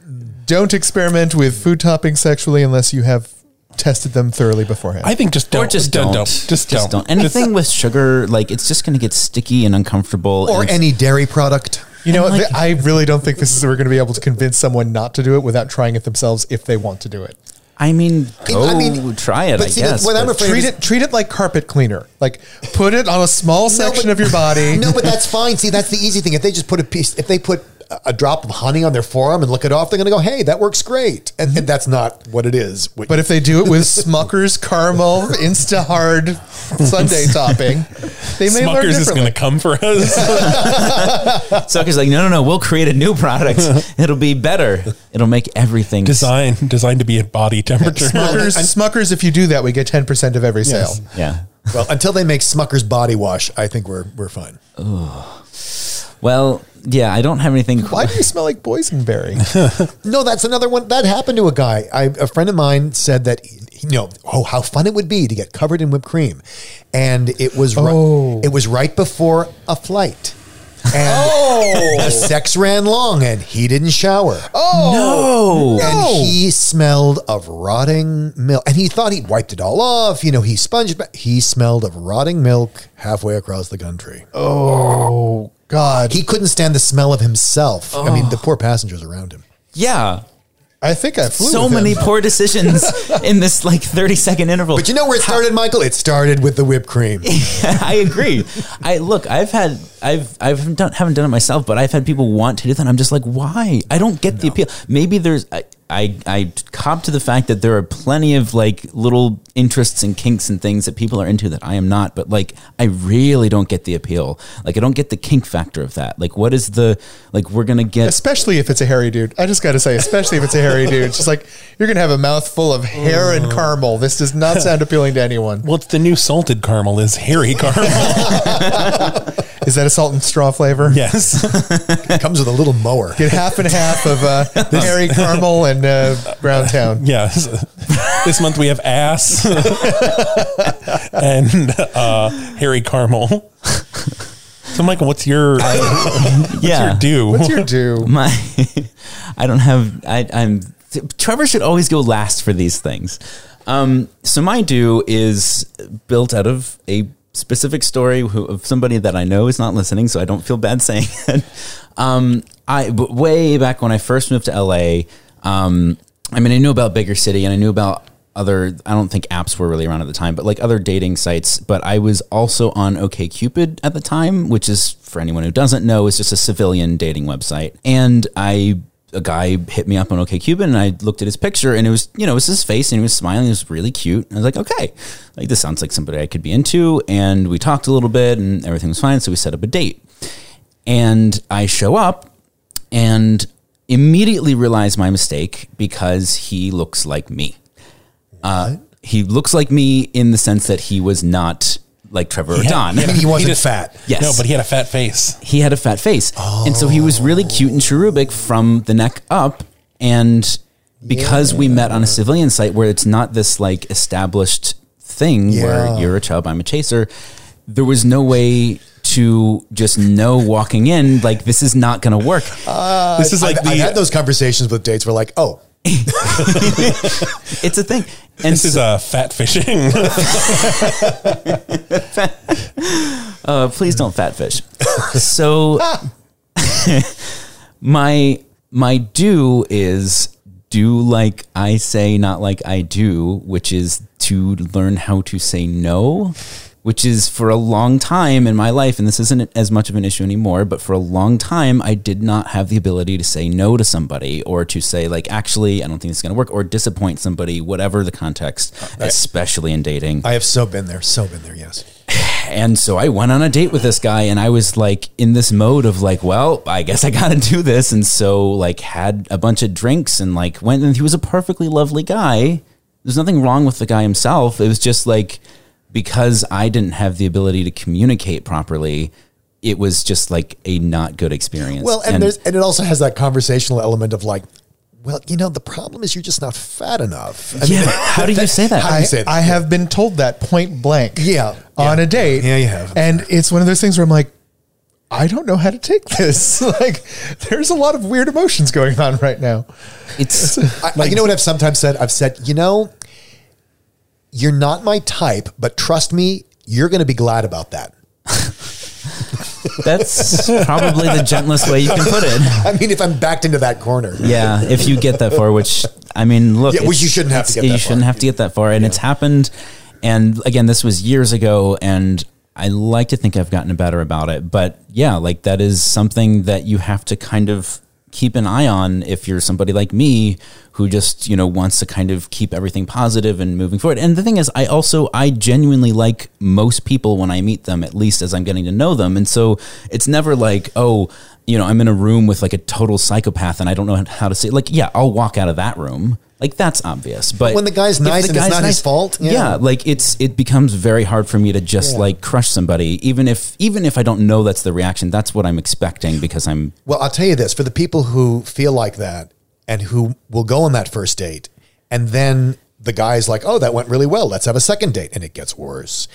[SPEAKER 4] don't experiment with food toppings sexually unless you have tested them thoroughly beforehand.
[SPEAKER 3] I think just don't.
[SPEAKER 2] Or just don't.
[SPEAKER 3] Just, don't.
[SPEAKER 2] Anything with sugar, like it's just going to get sticky and uncomfortable.
[SPEAKER 1] Or
[SPEAKER 2] and
[SPEAKER 1] any dairy product.
[SPEAKER 4] You know,
[SPEAKER 2] And,
[SPEAKER 4] what?
[SPEAKER 2] like-
[SPEAKER 4] I really don't think this is we're going to be able to convince someone not to do it without trying it themselves if they want to do it.
[SPEAKER 2] I mean, go
[SPEAKER 1] I mean,
[SPEAKER 2] Oh, try it.
[SPEAKER 1] but
[SPEAKER 2] I
[SPEAKER 1] see, that's
[SPEAKER 2] guess.
[SPEAKER 1] what I'm
[SPEAKER 2] but-
[SPEAKER 1] afraid-
[SPEAKER 4] Treat it treat it like carpet cleaner. Like put it on a small section
[SPEAKER 1] but-
[SPEAKER 4] of your (laughs) body.
[SPEAKER 1] (laughs) No, but that's fine. See, that's the easy thing. If they just put a piece, if they put a- a drop of honey on their forearm and lick it off, they're going to go, "Hey, that works great." And, and that's not what it is. What-
[SPEAKER 4] But if they do it with Smucker's caramel Insta Hard (laughs) Sunday topping, they may learn
[SPEAKER 3] Smuckers is
[SPEAKER 4] differently.
[SPEAKER 3] going to come for us.
[SPEAKER 2] Sucker's like, no, no, no. We'll create a new product. (laughs) It'll be better. It'll make everything
[SPEAKER 3] Design designed to be at body temperature.
[SPEAKER 4] (laughs) Smuckers, Smucker's, if you do that, we get ten percent of every sale.
[SPEAKER 3] Yes.
[SPEAKER 2] Yeah.
[SPEAKER 1] well, until they make Smucker's body wash, I think we're we're fine.
[SPEAKER 2] Well, yeah. I don't have anything.
[SPEAKER 4] Why do you smell
[SPEAKER 3] (laughs)
[SPEAKER 4] like boysenberry?
[SPEAKER 1] No, that's another one that happened to a guy. I, a friend of mine said that you know, oh, how fun it would be to get covered in whipped cream, and it was ri-
[SPEAKER 4] Oh.
[SPEAKER 1] it was right before a flight, and
[SPEAKER 4] Oh.
[SPEAKER 1] the sex ran long, and he didn't shower.
[SPEAKER 2] No.
[SPEAKER 1] And he smelled of rotting milk. And he thought he'd wiped it all off. You know, he sponged, but he smelled of rotting milk halfway across the country.
[SPEAKER 4] oh God.
[SPEAKER 1] He couldn't stand the smell of himself. I mean, the poor passengers around him.
[SPEAKER 2] Yeah.
[SPEAKER 4] I think I flew
[SPEAKER 2] So
[SPEAKER 4] with him.
[SPEAKER 2] many poor decisions in this like 30 second interval.
[SPEAKER 1] But you know where it started, Michael? It started with the whipped cream.
[SPEAKER 2] (laughs) I agree. I look. I've had. I've. I've done. Haven't done it myself, but I've had people want to do that. and I'm just like, why? I don't get the appeal. Maybe there's. I, I. I cop to the fact that there are plenty of like little interests and kinks and things that people are into that I am not. But like, I really don't get the appeal. Like, I don't get the kink factor of that. Like, what is the like? We're gonna get.
[SPEAKER 4] especially if it's a hairy dude. I just got to say, especially if it's a hairy dude. It's just like you're gonna have a mouthful of hair
[SPEAKER 1] Mm.
[SPEAKER 4] and caramel. This does not sound appealing to anyone.
[SPEAKER 3] Well, it's the new salted caramel is hairy caramel.
[SPEAKER 4] Is that a salt and straw flavor?
[SPEAKER 3] yes.
[SPEAKER 1] It comes with a little mower.
[SPEAKER 4] Get half and half of uh,
[SPEAKER 1] (laughs)
[SPEAKER 4] hairy caramel and uh, brown town.
[SPEAKER 3] Yes. (laughs) this month we have ass (laughs) and uh, hairy caramel. So, Michael, what's your,
[SPEAKER 2] yeah.
[SPEAKER 3] what's your
[SPEAKER 4] What's
[SPEAKER 3] do? (laughs)
[SPEAKER 4] your do?
[SPEAKER 2] my (laughs) I don't have I, I'm Trevor should always go last for these things. Um, so my do is built out of a specific story who, of somebody that I know is not listening, so I don't feel bad (laughs) saying it. Um, I but way back when I first moved to LA, um, I mean I knew about bigger city and I knew about other I don't think apps were really around at the time, but like other dating sites. But I was also on OKCupid at the time, which is for anyone who doesn't know, is just a civilian dating website. And I a guy hit me up on OKCupid and I looked at his picture and it was, you know, it was his face and he was smiling. It was really cute. And I was like, okay, like this sounds like somebody I could be into. And we talked a little bit and everything was fine. So we set up a date. And I show up and immediately realize my mistake because he looks like me Uh, he looks like me in the sense that he was not like Trevor or Don.
[SPEAKER 1] I mean, he wasn't fat.
[SPEAKER 2] Yes.
[SPEAKER 3] No, but he had a fat face.
[SPEAKER 2] (laughs) He had a fat face. And so he was really
[SPEAKER 1] Oh.
[SPEAKER 2] cute and cherubic from the neck up. And because we met on a civilian site where it's not this like established thing
[SPEAKER 1] Yeah.
[SPEAKER 2] where you're a chub, I'm a chaser, there was no way to just know walking in, like, this is not going to work.
[SPEAKER 3] this is like
[SPEAKER 1] I've,
[SPEAKER 3] the
[SPEAKER 1] I've had those conversations with dates where like, oh,
[SPEAKER 2] it's a thing. And
[SPEAKER 3] (laughs) This is uh, fat fishing. (laughs)
[SPEAKER 2] Uh, please don't fat
[SPEAKER 3] (laughs)
[SPEAKER 2] fish. so (laughs) my my do is do like I say, not like I do, which is to learn how to say no which is for a long time in my life, and this isn't as much of an issue anymore, but for a long time, I did not have the ability to say no to somebody or to say, like, actually, I don't think it's going to work or disappoint somebody, whatever the context, especially in dating.
[SPEAKER 1] I have so been there, so been there. Yes.
[SPEAKER 2] And so I went on a date with this guy and I was like in this mode of like, well, I guess I gotta do this. And so like had a bunch of drinks and like went and he was a perfectly lovely guy. There's nothing wrong with the guy himself. It was just like because I didn't have the ability to communicate properly, it was just like a not good experience.
[SPEAKER 1] Well, and, there's and it also has that conversational element of like, well, you know, the problem is you're just not fat enough. I
[SPEAKER 2] (laughs) yeah, how do you say
[SPEAKER 1] (laughs)
[SPEAKER 2] that?
[SPEAKER 1] how do
[SPEAKER 4] I,
[SPEAKER 1] you say that?
[SPEAKER 4] I have been told that point blank.
[SPEAKER 1] Yeah.
[SPEAKER 4] On
[SPEAKER 1] Yeah.
[SPEAKER 4] a date.
[SPEAKER 1] Yeah, you have.
[SPEAKER 4] And it's one of those things where I'm like, I don't know how to take this. (laughs) like, there's a lot of weird emotions going on right now.
[SPEAKER 2] it's
[SPEAKER 1] I, I- you know what I've sometimes said? I've said, you know, you're not my type, but trust me, you're going to be glad about that. (laughs)
[SPEAKER 2] that's probably the gentlest way you can put it.
[SPEAKER 1] I mean, if I'm backed into that corner,
[SPEAKER 2] Yeah, if you get that far, which I mean, look,
[SPEAKER 1] Yeah, which
[SPEAKER 2] it's-
[SPEAKER 1] you shouldn't have
[SPEAKER 2] it's-
[SPEAKER 1] to get
[SPEAKER 2] You
[SPEAKER 1] that
[SPEAKER 2] shouldn't
[SPEAKER 1] far.
[SPEAKER 2] have to get that far, and it's happened. And again, this was years ago, and I like to think I've gotten better about it. But yeah, like that is something that you have to kind of keep an eye on if you're somebody like me who just you know wants to kind of keep everything positive and moving forward and the thing is i also i genuinely like most people when i meet them at least as i'm getting to know them and so it's never like oh you know, I'm in a room with like a total psychopath and I don't know how to say, like, yeah, I'll walk out of that room. Like, that's obvious. But
[SPEAKER 1] When the guy's
[SPEAKER 2] if
[SPEAKER 1] nice and it's not his fault,
[SPEAKER 2] Yeah.
[SPEAKER 1] yeah.
[SPEAKER 2] Like, it's, it becomes very hard for me to just
[SPEAKER 1] Yeah.
[SPEAKER 2] like crush somebody, even if, even if I don't know that's the reaction, that's what I'm expecting because I'm,
[SPEAKER 1] Well, I'll tell you this for the people who feel like that and who will go on that first date, and then the guy's like, oh, that went really well. Let's have a second date. And it gets worse.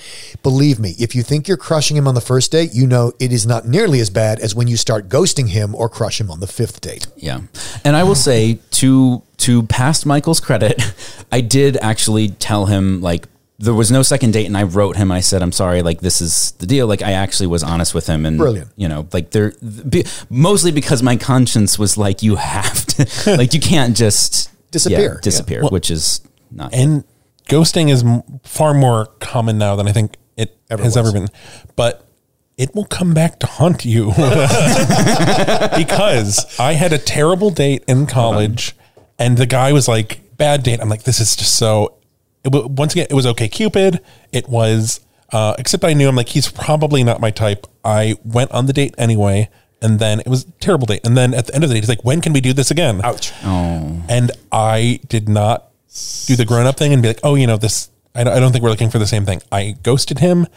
[SPEAKER 1] Believe me, if you think you're crushing him on the first date, you know it is not nearly as bad as when you start ghosting him or crush him on the fifth date.
[SPEAKER 2] yeah. And I will say to, to past Michael's credit, (laughs) I did actually tell him, like, there was no second date and I wrote him, I said, I'm sorry, like, this is the deal. Like, I actually was honest with him and,
[SPEAKER 1] Brilliant.
[SPEAKER 2] you know like there be, mostly because my conscience was like you have to (laughs) like you can't just
[SPEAKER 1] Disappear.
[SPEAKER 2] yeah, disappear which is not
[SPEAKER 3] and ghosting is m- far more common now than I think it has
[SPEAKER 1] was.
[SPEAKER 3] ever been. But it will come back to haunt you (laughs) because I had a terrible date in college, and the guy was like, "Bad date." I'm like, "This is just so." It, wa- once again, it was okay, Cupid. It was, uh, except I knew I'm like he's probably not my type. I went on the date anyway, and then it was a terrible date. And then at the end of the date, he's like, "When can we do this again?" Ouch. And I did not do the grown up thing and be like, oh, you know, this, I don't, I don't think we're looking for the same thing. I ghosted him.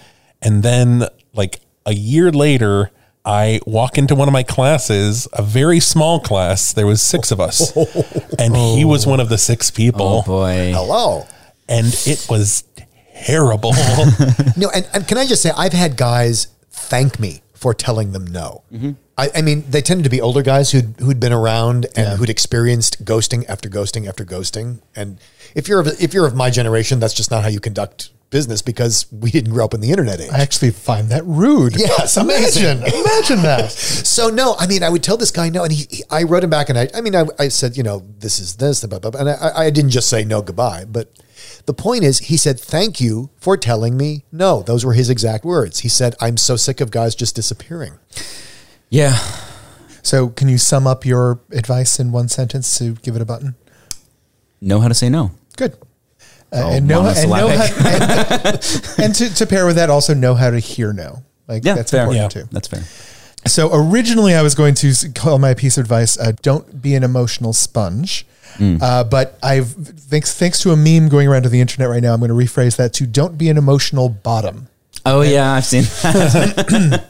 [SPEAKER 3] And then, like, a year later, I walk into one of my classes, a very small class. There was six
[SPEAKER 1] (laughs)
[SPEAKER 3] of us, and he was one of the six
[SPEAKER 2] oh
[SPEAKER 3] people,
[SPEAKER 2] boy
[SPEAKER 1] Hello.
[SPEAKER 3] and it was terrible.
[SPEAKER 1] (laughs) No, and, and can I just say, I've had guys thank me for telling them no. I, I mean, they tended to be older guys who'd, who'd been around and who'd experienced ghosting after ghosting after ghosting. And if you're of, if you're of my generation, that's just not how you conduct business because we didn't grow up in the internet age.
[SPEAKER 4] I actually find that rude.
[SPEAKER 1] Yes,
[SPEAKER 4] imagine,
[SPEAKER 1] (laughs)
[SPEAKER 4] imagine that.
[SPEAKER 1] So no, I mean, I would tell this guy no, and he, he I wrote him back, and I, I mean, I, I said, you know, this is this, blah, blah, blah, and I, I didn't just say no goodbye, but the point is, he said, thank you for telling me no. Those were his exact words. He said, I'm so sick of guys just disappearing.
[SPEAKER 2] yeah
[SPEAKER 4] So, can you sum up your advice in one sentence to give it a button?
[SPEAKER 2] know how to say no
[SPEAKER 4] Good. Uh,
[SPEAKER 2] Oh,
[SPEAKER 4] and know, and, know
[SPEAKER 2] monosyllabic.
[SPEAKER 4] how, and, (laughs) and to, to pair with that, also know how to hear no. Like
[SPEAKER 2] yeah
[SPEAKER 4] that's
[SPEAKER 2] fair
[SPEAKER 4] important
[SPEAKER 3] Yeah.
[SPEAKER 4] too.
[SPEAKER 2] that's fair
[SPEAKER 4] So originally, I was going to s- call my piece of advice: uh, don't be an emotional sponge.
[SPEAKER 2] Mm.
[SPEAKER 4] Uh, but I've thanks thanks to a meme going around to the internet right now, I'm going to rephrase that to don't be an emotional bottom.
[SPEAKER 2] oh yeah I've seen that
[SPEAKER 4] (laughs)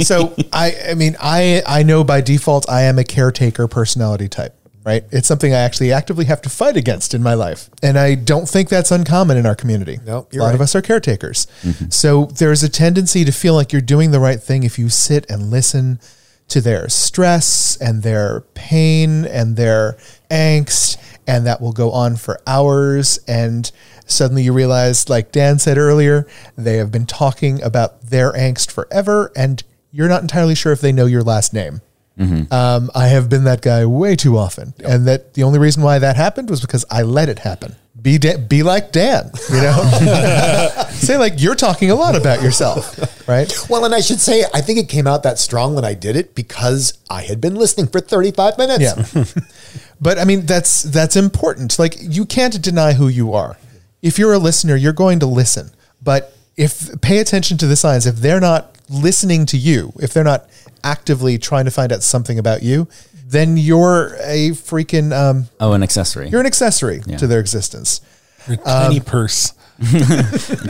[SPEAKER 4] so I, I mean, I, I know by default I am a caretaker personality type, right? It's something I actually actively have to fight against in my life, and I don't think that's uncommon in our community.
[SPEAKER 1] Nope,
[SPEAKER 4] a
[SPEAKER 1] you're
[SPEAKER 4] lot of
[SPEAKER 1] right.
[SPEAKER 4] us are caretakers, so there's a tendency to feel like you're doing the right thing if you sit and listen to their stress and their pain and their angst and that will go on for hours and suddenly you realize like Dan said earlier they have been talking about their angst forever and you're not entirely sure if they know your last name um, I have been that guy way too often and that the only reason why that happened was because I let it happen be da- be like Dan, you know. Say like you're talking a lot about yourself, right?
[SPEAKER 1] Well, and I should say, I think it came out that strong when I did it because I had been listening for 35 minutes.
[SPEAKER 4] Yeah. but I mean that's that's important. Like you can't deny who you are. If you're a listener, you're going to listen. But if pay attention to the signs, if they're not listening to you, if they're not actively trying to find out something about you, then you're a freaking um,
[SPEAKER 2] (laughs) Oh, an accessory.
[SPEAKER 4] you're an accessory to their existence.
[SPEAKER 3] Your tiny
[SPEAKER 1] Um,
[SPEAKER 3] purse.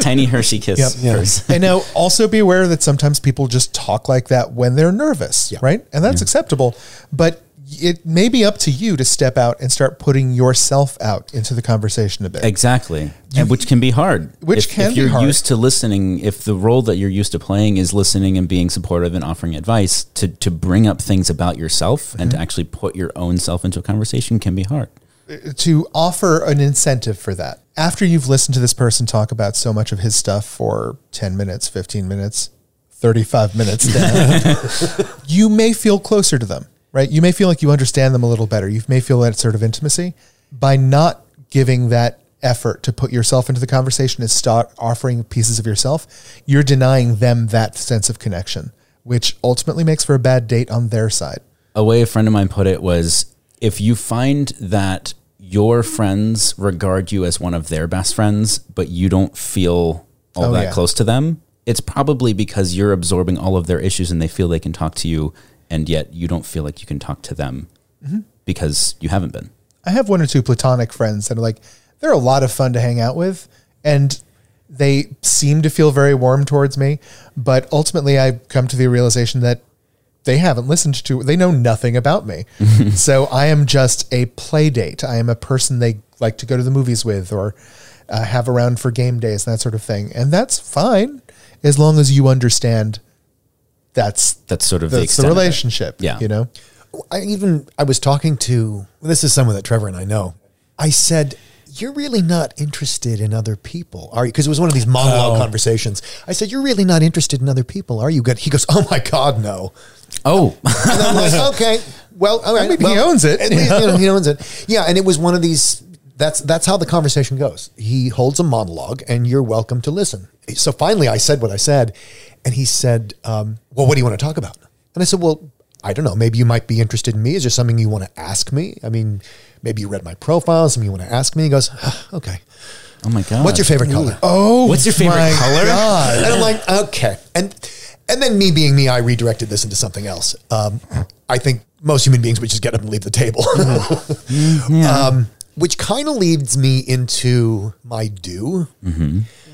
[SPEAKER 2] Tiny Hershey kiss. purse.
[SPEAKER 4] and now also be aware that sometimes people just talk like that when they're nervous, right? And that's acceptable. But it may be up to you to step out and start putting yourself out into the conversation a bit.
[SPEAKER 2] (laughs) Exactly, and which can be hard.
[SPEAKER 4] Which
[SPEAKER 2] if,
[SPEAKER 4] can
[SPEAKER 2] if
[SPEAKER 4] be
[SPEAKER 2] you're
[SPEAKER 4] hard.
[SPEAKER 2] used to listening, if the role that you're used to playing is listening and being supportive and offering advice, to to bring up things about yourself and to
[SPEAKER 4] Mm-hmm.
[SPEAKER 2] actually put your own self into a conversation can be hard.
[SPEAKER 4] to offer an incentive for that. After you've listened to this person talk about so much of his stuff for 10 minutes, 15 minutes, 35 minutes, down, you may feel closer to them, right? You may feel like you understand them a little better. You may feel that sort of intimacy by not giving that effort to put yourself into the conversation and start offering pieces of yourself. You're denying them that sense of connection, which ultimately makes for a bad date on their side.
[SPEAKER 2] a way a friend of mine put it was if you find that your friends regard you as one of their best friends, but you don't feel all
[SPEAKER 4] Oh,
[SPEAKER 2] that
[SPEAKER 4] yeah.
[SPEAKER 2] close to them, it's probably because you're absorbing all of their issues and they feel they can talk to you, and yet you don't feel like you can talk to them
[SPEAKER 4] Mm-hmm.
[SPEAKER 2] because you haven't been.
[SPEAKER 4] I have one or two platonic friends that are like they're a lot of fun to hang out with, and they seem to feel very warm towards me. But ultimately, I come to the realization that they haven't listened to. They know nothing
[SPEAKER 2] (laughs)
[SPEAKER 4] about me, so I am just a play date. I am a person they like to go to the movies with or uh, have around for game days and that sort of thing, and that's fine as long as you understand that's
[SPEAKER 2] That's sort of the
[SPEAKER 4] that's the,
[SPEAKER 2] extent. of it.
[SPEAKER 4] relationship.
[SPEAKER 2] Yeah.
[SPEAKER 4] you know.
[SPEAKER 1] I even I was talking to this is someone that Trevor and I know. I said, "You're really not interested in other people, are you?" Because it was one of these monologue conversations. I said, "You're really not interested in other people, are you?" Good. He goes, "Oh my god, no."
[SPEAKER 2] (laughs) Oh,
[SPEAKER 1] And I'm like, "Okay, well, all right,
[SPEAKER 4] mean, he
[SPEAKER 1] well,
[SPEAKER 4] owns it.
[SPEAKER 1] At least, you
[SPEAKER 4] (laughs)
[SPEAKER 1] know, he owns it. Yeah, and it was one of these. That's that's how the conversation goes. He holds a monologue, and you're welcome to listen. So finally, I said what I said, and he said, um, "Well, what do you want to talk about?" And I said, "Well, I don't know. Maybe you might be interested in me. Is there something you want to ask me? I mean, maybe you read my profile. Something you want to ask me?" He goes, "Ah, "Okay.
[SPEAKER 2] oh my God.
[SPEAKER 1] What's your favorite color?"
[SPEAKER 4] Oh,
[SPEAKER 2] What's your favorite
[SPEAKER 4] my
[SPEAKER 2] color?
[SPEAKER 4] God.
[SPEAKER 1] and I'm like, okay. And and then me being me, I redirected this into something else. Um, I think most human beings would just get up and leave the table. (laughs) um, which kind of leads me into my do,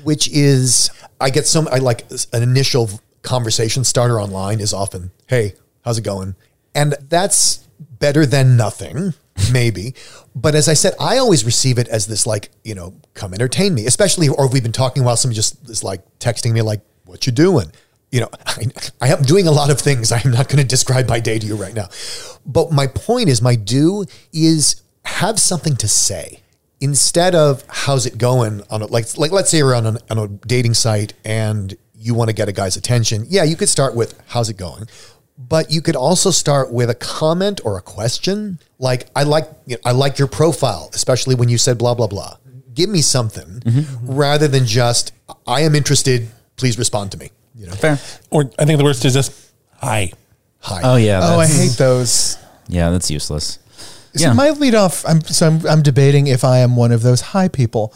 [SPEAKER 1] which is I get some, I like an initial conversation starter online is often, hey, how's it going? And that's better than nothing, maybe. but as I said, I always receive it as this, like, you know, come entertain me, especially, or if we've been talking while somebody just is like texting me, like, what you doing? You know, (laughs) I, I am doing a lot of things. I am not going to describe my day to you right now. But my point is, my do is have something to say instead of how's it going on a, like like let's say you're on, an, on a dating site and you want to get a guy's attention yeah you could start with how's it going but you could also start with a comment or a question like i like you know, i like your profile especially when you said blah blah blah give me something
[SPEAKER 2] Mm-hmm.
[SPEAKER 1] rather than just i am interested please respond to me you know
[SPEAKER 2] fair?
[SPEAKER 3] Or I think the worst is this. Hi.
[SPEAKER 1] hi
[SPEAKER 2] Oh yeah.
[SPEAKER 4] Oh, I
[SPEAKER 2] that's-
[SPEAKER 4] hate those.
[SPEAKER 2] yeah, that's useless.
[SPEAKER 4] So
[SPEAKER 2] Yeah.
[SPEAKER 4] my lead off. I'm so I'm, I'm debating if I am one of those high people.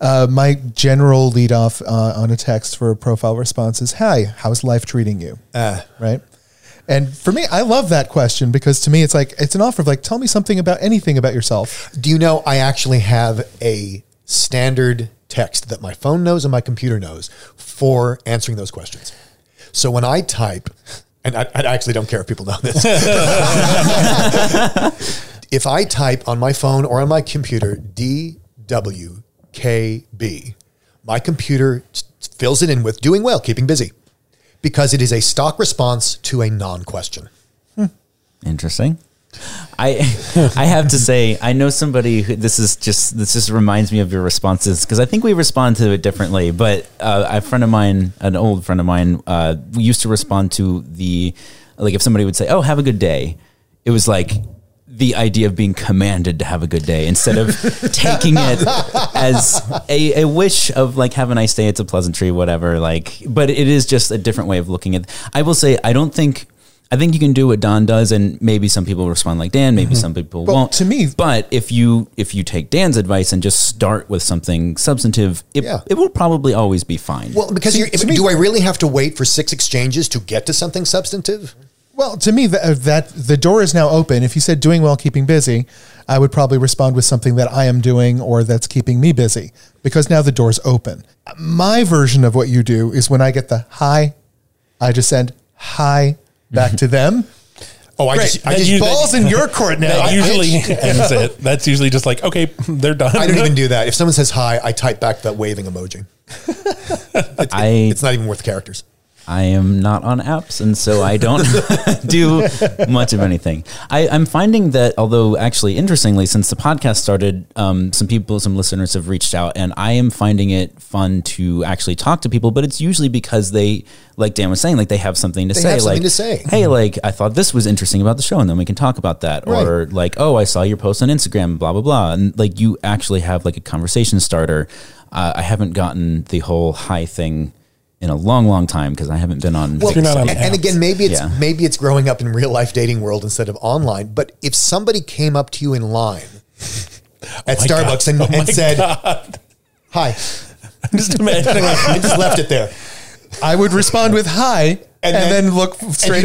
[SPEAKER 4] Uh, my general lead off uh, on a text for a profile response is, "Hi, how's life treating you?" right. And for me, I love that question because to me, it's like it's an offer of like, tell me something about anything about yourself.
[SPEAKER 1] Do you know I actually have a standard text that my phone knows and my computer knows for answering those questions? So when I type, and I, I actually don't care if people know this, (laughs) if I type on my phone or on my computer DWKB, my computer s- fills it in with doing well, keeping busy, because it is a stock response to a non question.
[SPEAKER 2] Interesting. I I have to say I know somebody who this is just this just reminds me of your responses because I think we respond to it differently. But uh, a friend of mine, an old friend of mine, uh, we used to respond to the like if somebody would say, "Oh, have a good day," it was like the idea of being commanded to have a good day instead of taking it as a, a wish of like have a nice day it's a pleasantry whatever like but it is just a different way of looking at i will say i don't think i think you can do what don does and maybe some people respond like dan maybe some people
[SPEAKER 4] Well,
[SPEAKER 2] won't
[SPEAKER 4] to me-
[SPEAKER 2] but if you if you take dan's advice and just start with something substantive it,
[SPEAKER 1] Yeah.
[SPEAKER 2] it will probably always be fine
[SPEAKER 1] Well, because you're, do I really have to wait for six exchanges to get to something substantive?
[SPEAKER 4] Well, to me, that, that the door is now open. If you said doing well, keeping busy, I would probably respond with something that I am doing or that's keeping me busy because now the door's open. My version of what you do is when I get the hi, I just send hi back
[SPEAKER 1] (laughs)
[SPEAKER 4] to them.
[SPEAKER 1] Oh, I
[SPEAKER 4] Great.
[SPEAKER 1] just, I
[SPEAKER 3] That
[SPEAKER 1] just
[SPEAKER 3] you-
[SPEAKER 1] balls
[SPEAKER 4] Balls in your court now.
[SPEAKER 3] That
[SPEAKER 1] I-
[SPEAKER 3] usually (laughs) ends it. That's usually just like, okay, (laughs) they're done.
[SPEAKER 1] I don't even do that. If someone says hi, I type back that waving emoji.
[SPEAKER 2] i
[SPEAKER 1] It's not even worth characters.
[SPEAKER 2] I am not on apps, and so
[SPEAKER 1] (laughs)
[SPEAKER 2] I don't (laughs) do much of anything. I, I'm finding that, although actually interestingly, since the podcast started, um, some people, some listeners have reached out, and I am finding it fun to actually talk to people. But it's usually because they, like Dan was saying, like they have something to
[SPEAKER 1] They
[SPEAKER 2] say.
[SPEAKER 1] have something
[SPEAKER 2] like,
[SPEAKER 1] to say.
[SPEAKER 2] hey, like I thought this was interesting about the show, and then we can talk about that. Or like, oh, I saw your post on Instagram, blah blah blah, and like you actually have like a conversation starter. Uh, I haven't gotten the whole high thing in a long, long time because I haven't been on.
[SPEAKER 1] Well,
[SPEAKER 3] you're not on
[SPEAKER 1] and, and
[SPEAKER 3] apps.
[SPEAKER 1] again, maybe it's
[SPEAKER 2] Yeah.
[SPEAKER 1] maybe it's growing up in real life dating world instead of online. But if somebody came up to you in line at
[SPEAKER 3] Oh my
[SPEAKER 1] Starbucks
[SPEAKER 3] God.
[SPEAKER 1] and,
[SPEAKER 3] Oh
[SPEAKER 1] and
[SPEAKER 3] my
[SPEAKER 1] said
[SPEAKER 3] God.
[SPEAKER 1] hi,
[SPEAKER 3] (laughs)
[SPEAKER 1] (laughs)
[SPEAKER 3] just imagining like,
[SPEAKER 1] I just left it there,
[SPEAKER 4] I would respond with hi and, then,
[SPEAKER 1] then-
[SPEAKER 4] look straight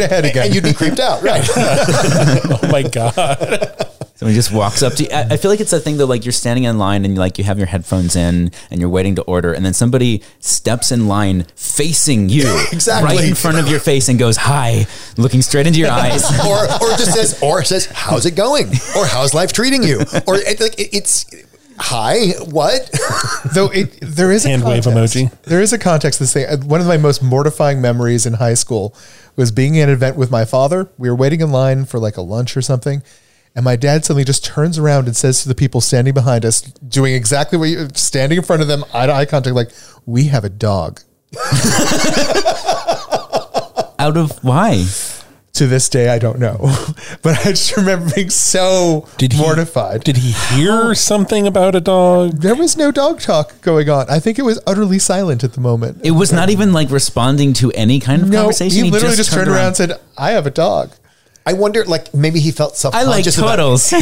[SPEAKER 1] And you-
[SPEAKER 4] ahead again.
[SPEAKER 1] and you'd be creeped out,
[SPEAKER 3] (laughs)
[SPEAKER 1] right?
[SPEAKER 3] oh my god,
[SPEAKER 2] Somebody just walks up to you. I, I feel like it's that thing though, like you're standing in line and like you have your headphones in and you're waiting to order, and then somebody steps in line facing you,
[SPEAKER 1] Exactly.
[SPEAKER 2] right in front of your face, and goes hi, looking straight into your eyes.
[SPEAKER 1] (laughs) or or just says or says how's it going or how's life treating you or it, like it, it's hi what (laughs)
[SPEAKER 4] Though it, there is
[SPEAKER 3] Hand
[SPEAKER 4] a
[SPEAKER 3] wave
[SPEAKER 4] context.
[SPEAKER 3] emoji.
[SPEAKER 4] There is a context to this thing. Uh, One of my most mortifying memories in high school was being at an event with my father. We were waiting in line for like a lunch or something, and my dad suddenly just turns around and says to the people standing behind us, doing exactly what you standing in front of them, eye to eye contact, like, "We have a dog."
[SPEAKER 2] Out of why?
[SPEAKER 4] To this day, I don't know, (laughs) but I just remember being so mortified.
[SPEAKER 3] Did he hear something about a dog?
[SPEAKER 4] there was no dog talk going on. I think it was utterly silent at the moment.
[SPEAKER 2] It was not even like responding to any kind of
[SPEAKER 4] no,
[SPEAKER 2] conversation.
[SPEAKER 4] he literally just, turned, around and said, "I have a dog."
[SPEAKER 1] i wonder like maybe he felt
[SPEAKER 2] I like
[SPEAKER 1] subconscious about-
[SPEAKER 2] turtles.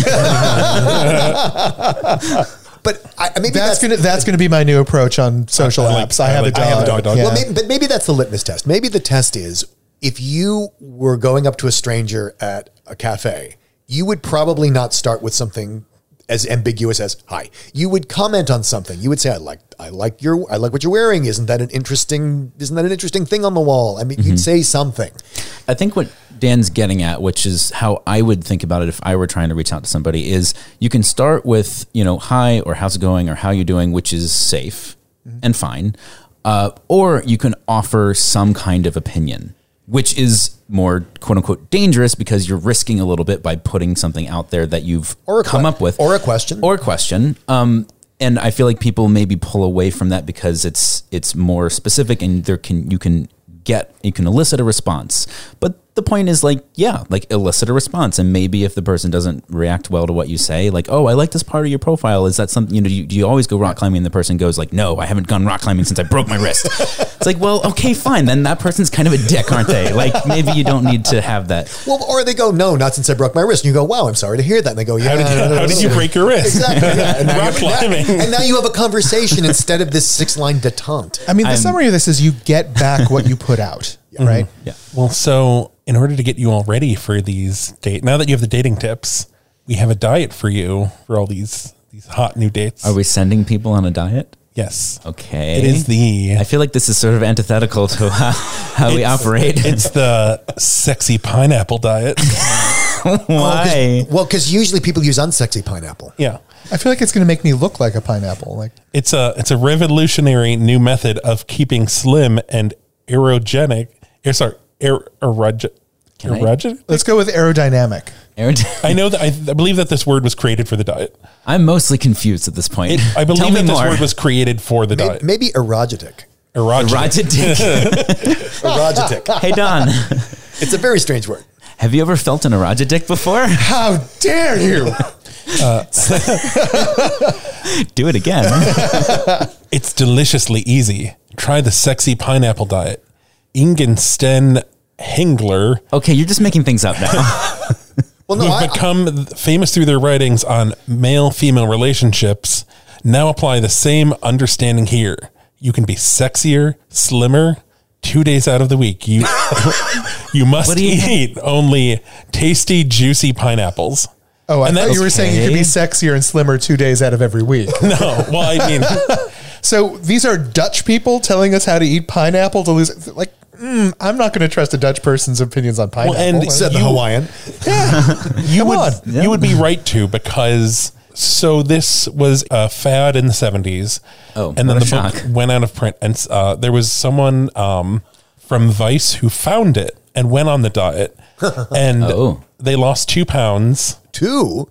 [SPEAKER 1] but I, maybe
[SPEAKER 4] That's
[SPEAKER 1] that's,
[SPEAKER 4] gonna that's gonna be my new approach on social
[SPEAKER 3] I like-
[SPEAKER 4] apps. I,
[SPEAKER 3] I
[SPEAKER 4] have
[SPEAKER 3] like-
[SPEAKER 4] a
[SPEAKER 3] I
[SPEAKER 4] dog.
[SPEAKER 3] have a dog, dog.
[SPEAKER 4] Yeah.
[SPEAKER 1] well maybe, but maybe that's the litmus test maybe the test is if you were going up to a stranger at a cafe you would probably not start with something as ambiguous as hi you would comment on something you would say i like i like your i like what you're wearing isn't that an interesting isn't that an interesting thing on the wall i mean
[SPEAKER 3] Mm-hmm.
[SPEAKER 1] you'd say something
[SPEAKER 2] I think what Dan's getting at, which is how I would think about it if I were trying to reach out to somebody, is you can start with, you know, hi or how's it going or how you doing, which is safe and fine. Uh, or you can offer some kind of opinion, which is more quote unquote dangerous because you're risking a little bit by putting something out there that you've
[SPEAKER 1] Or a
[SPEAKER 2] come
[SPEAKER 1] que-
[SPEAKER 2] up with
[SPEAKER 1] or a question.
[SPEAKER 2] or question. Um, and I feel like people maybe pull away from that because it's it's more specific and there can you can get you can elicit a response. But the point is like yeah, like elicit a response and maybe if the person doesn't react well to what you say, like oh I like this part of your profile, is that something you know? Do you, do you always go rock climbing? And the person goes like no, I haven't gone rock climbing since I broke my
[SPEAKER 3] (laughs)
[SPEAKER 2] wrist. it's like well okay fine, then that person's kind of a dick, aren't they? Like maybe you don't need to have that.
[SPEAKER 1] Well, or they go, no, not since I broke my wrist. And you go, wow, I'm sorry to hear that. And they go, yeah.
[SPEAKER 3] How did you,
[SPEAKER 1] no, no,
[SPEAKER 3] how
[SPEAKER 1] no,
[SPEAKER 3] did
[SPEAKER 1] no,
[SPEAKER 3] you
[SPEAKER 1] no."
[SPEAKER 3] break your wrist?
[SPEAKER 1] Exactly.
[SPEAKER 3] (laughs)
[SPEAKER 1] yeah. And, now
[SPEAKER 3] Rock
[SPEAKER 1] you- now-
[SPEAKER 3] climbing.
[SPEAKER 1] and now you have a conversation instead of this six line detente.
[SPEAKER 4] I mean, the
[SPEAKER 2] I'm-
[SPEAKER 4] summary of this is you get back what you put (laughs) out, right?
[SPEAKER 2] Yeah.
[SPEAKER 3] Well, so in order to get you all ready for these date, now that you have the dating tips, we have a diet for you for all these these hot new dates.
[SPEAKER 2] Are we sending people on a diet?
[SPEAKER 3] yes.
[SPEAKER 2] Okay.
[SPEAKER 3] It is the
[SPEAKER 2] I (laughs) feel like this is sort of antithetical to (laughs) how, how we
[SPEAKER 3] It's-
[SPEAKER 2] operate.
[SPEAKER 3] (laughs) it's the sexy pineapple
[SPEAKER 2] (laughs)
[SPEAKER 3] diet.
[SPEAKER 2] Why?
[SPEAKER 1] Well, because usually people use unsexy pineapple.
[SPEAKER 3] yeah.
[SPEAKER 4] I feel like it's going to make me look like a pineapple. Like,
[SPEAKER 3] It's a it's a revolutionary new method of keeping slim and aerogenic. Er, sorry, er, erogen-
[SPEAKER 2] Can I-
[SPEAKER 3] erogen-
[SPEAKER 4] let's go with aerodynamic.
[SPEAKER 2] Aaron,
[SPEAKER 3] I know that I, I believe that this word was created for the diet.
[SPEAKER 2] I'm mostly confused at this point.
[SPEAKER 3] It, I believe
[SPEAKER 2] Tell me
[SPEAKER 3] that this
[SPEAKER 2] more. (laughs)
[SPEAKER 3] word was created for the
[SPEAKER 1] Maybe,
[SPEAKER 3] diet.
[SPEAKER 1] maybe erogetic.
[SPEAKER 2] (laughs)
[SPEAKER 3] Erogen- (laughs)
[SPEAKER 2] Roger Dick.
[SPEAKER 1] Erogetic. (laughs)
[SPEAKER 2] hey Don.
[SPEAKER 1] it's a very strange word.
[SPEAKER 2] Have you ever felt an erotic dick before? (laughs)
[SPEAKER 4] How dare you?
[SPEAKER 2] Do it again.
[SPEAKER 3] It's deliciously easy. Try the sexy pineapple diet. Ingensten Hengler
[SPEAKER 2] okay, you're just making things up
[SPEAKER 3] (laughs)
[SPEAKER 2] now.
[SPEAKER 1] Well,
[SPEAKER 3] who've
[SPEAKER 1] no, I,
[SPEAKER 3] become famous through their writings on male female relationships, now apply the same understanding here. You can be sexier, slimmer, two days out of the week. You (laughs) you must
[SPEAKER 2] do you
[SPEAKER 3] eat only tasty, juicy pineapples.
[SPEAKER 4] Oh, I
[SPEAKER 3] And
[SPEAKER 4] thought
[SPEAKER 3] that's-
[SPEAKER 4] you were saying you could be
[SPEAKER 2] Okay.
[SPEAKER 4] sexier and slimmer two days out of
[SPEAKER 3] (laughs)
[SPEAKER 4] every week.
[SPEAKER 3] No, well, I
[SPEAKER 4] (laughs)
[SPEAKER 3] mean,
[SPEAKER 4] so these are Dutch people telling us how to eat pineapple to lose. Like, mm, I'm not going to trust a Dutch person's opinions on pineapple.
[SPEAKER 3] and
[SPEAKER 4] Like,
[SPEAKER 1] said the
[SPEAKER 3] you-
[SPEAKER 1] Hawaiian.
[SPEAKER 3] you would
[SPEAKER 4] on.
[SPEAKER 3] you would be right to because so this was a fad in the 70s
[SPEAKER 2] Oh,
[SPEAKER 3] and then
[SPEAKER 2] what
[SPEAKER 3] the
[SPEAKER 2] a
[SPEAKER 3] book
[SPEAKER 2] shock.
[SPEAKER 3] went out of print and uh, there was someone um, from vice who found it and went on the diet
[SPEAKER 4] (laughs)
[SPEAKER 3] and
[SPEAKER 2] Oh.
[SPEAKER 3] they lost two pounds
[SPEAKER 1] (laughs) Two.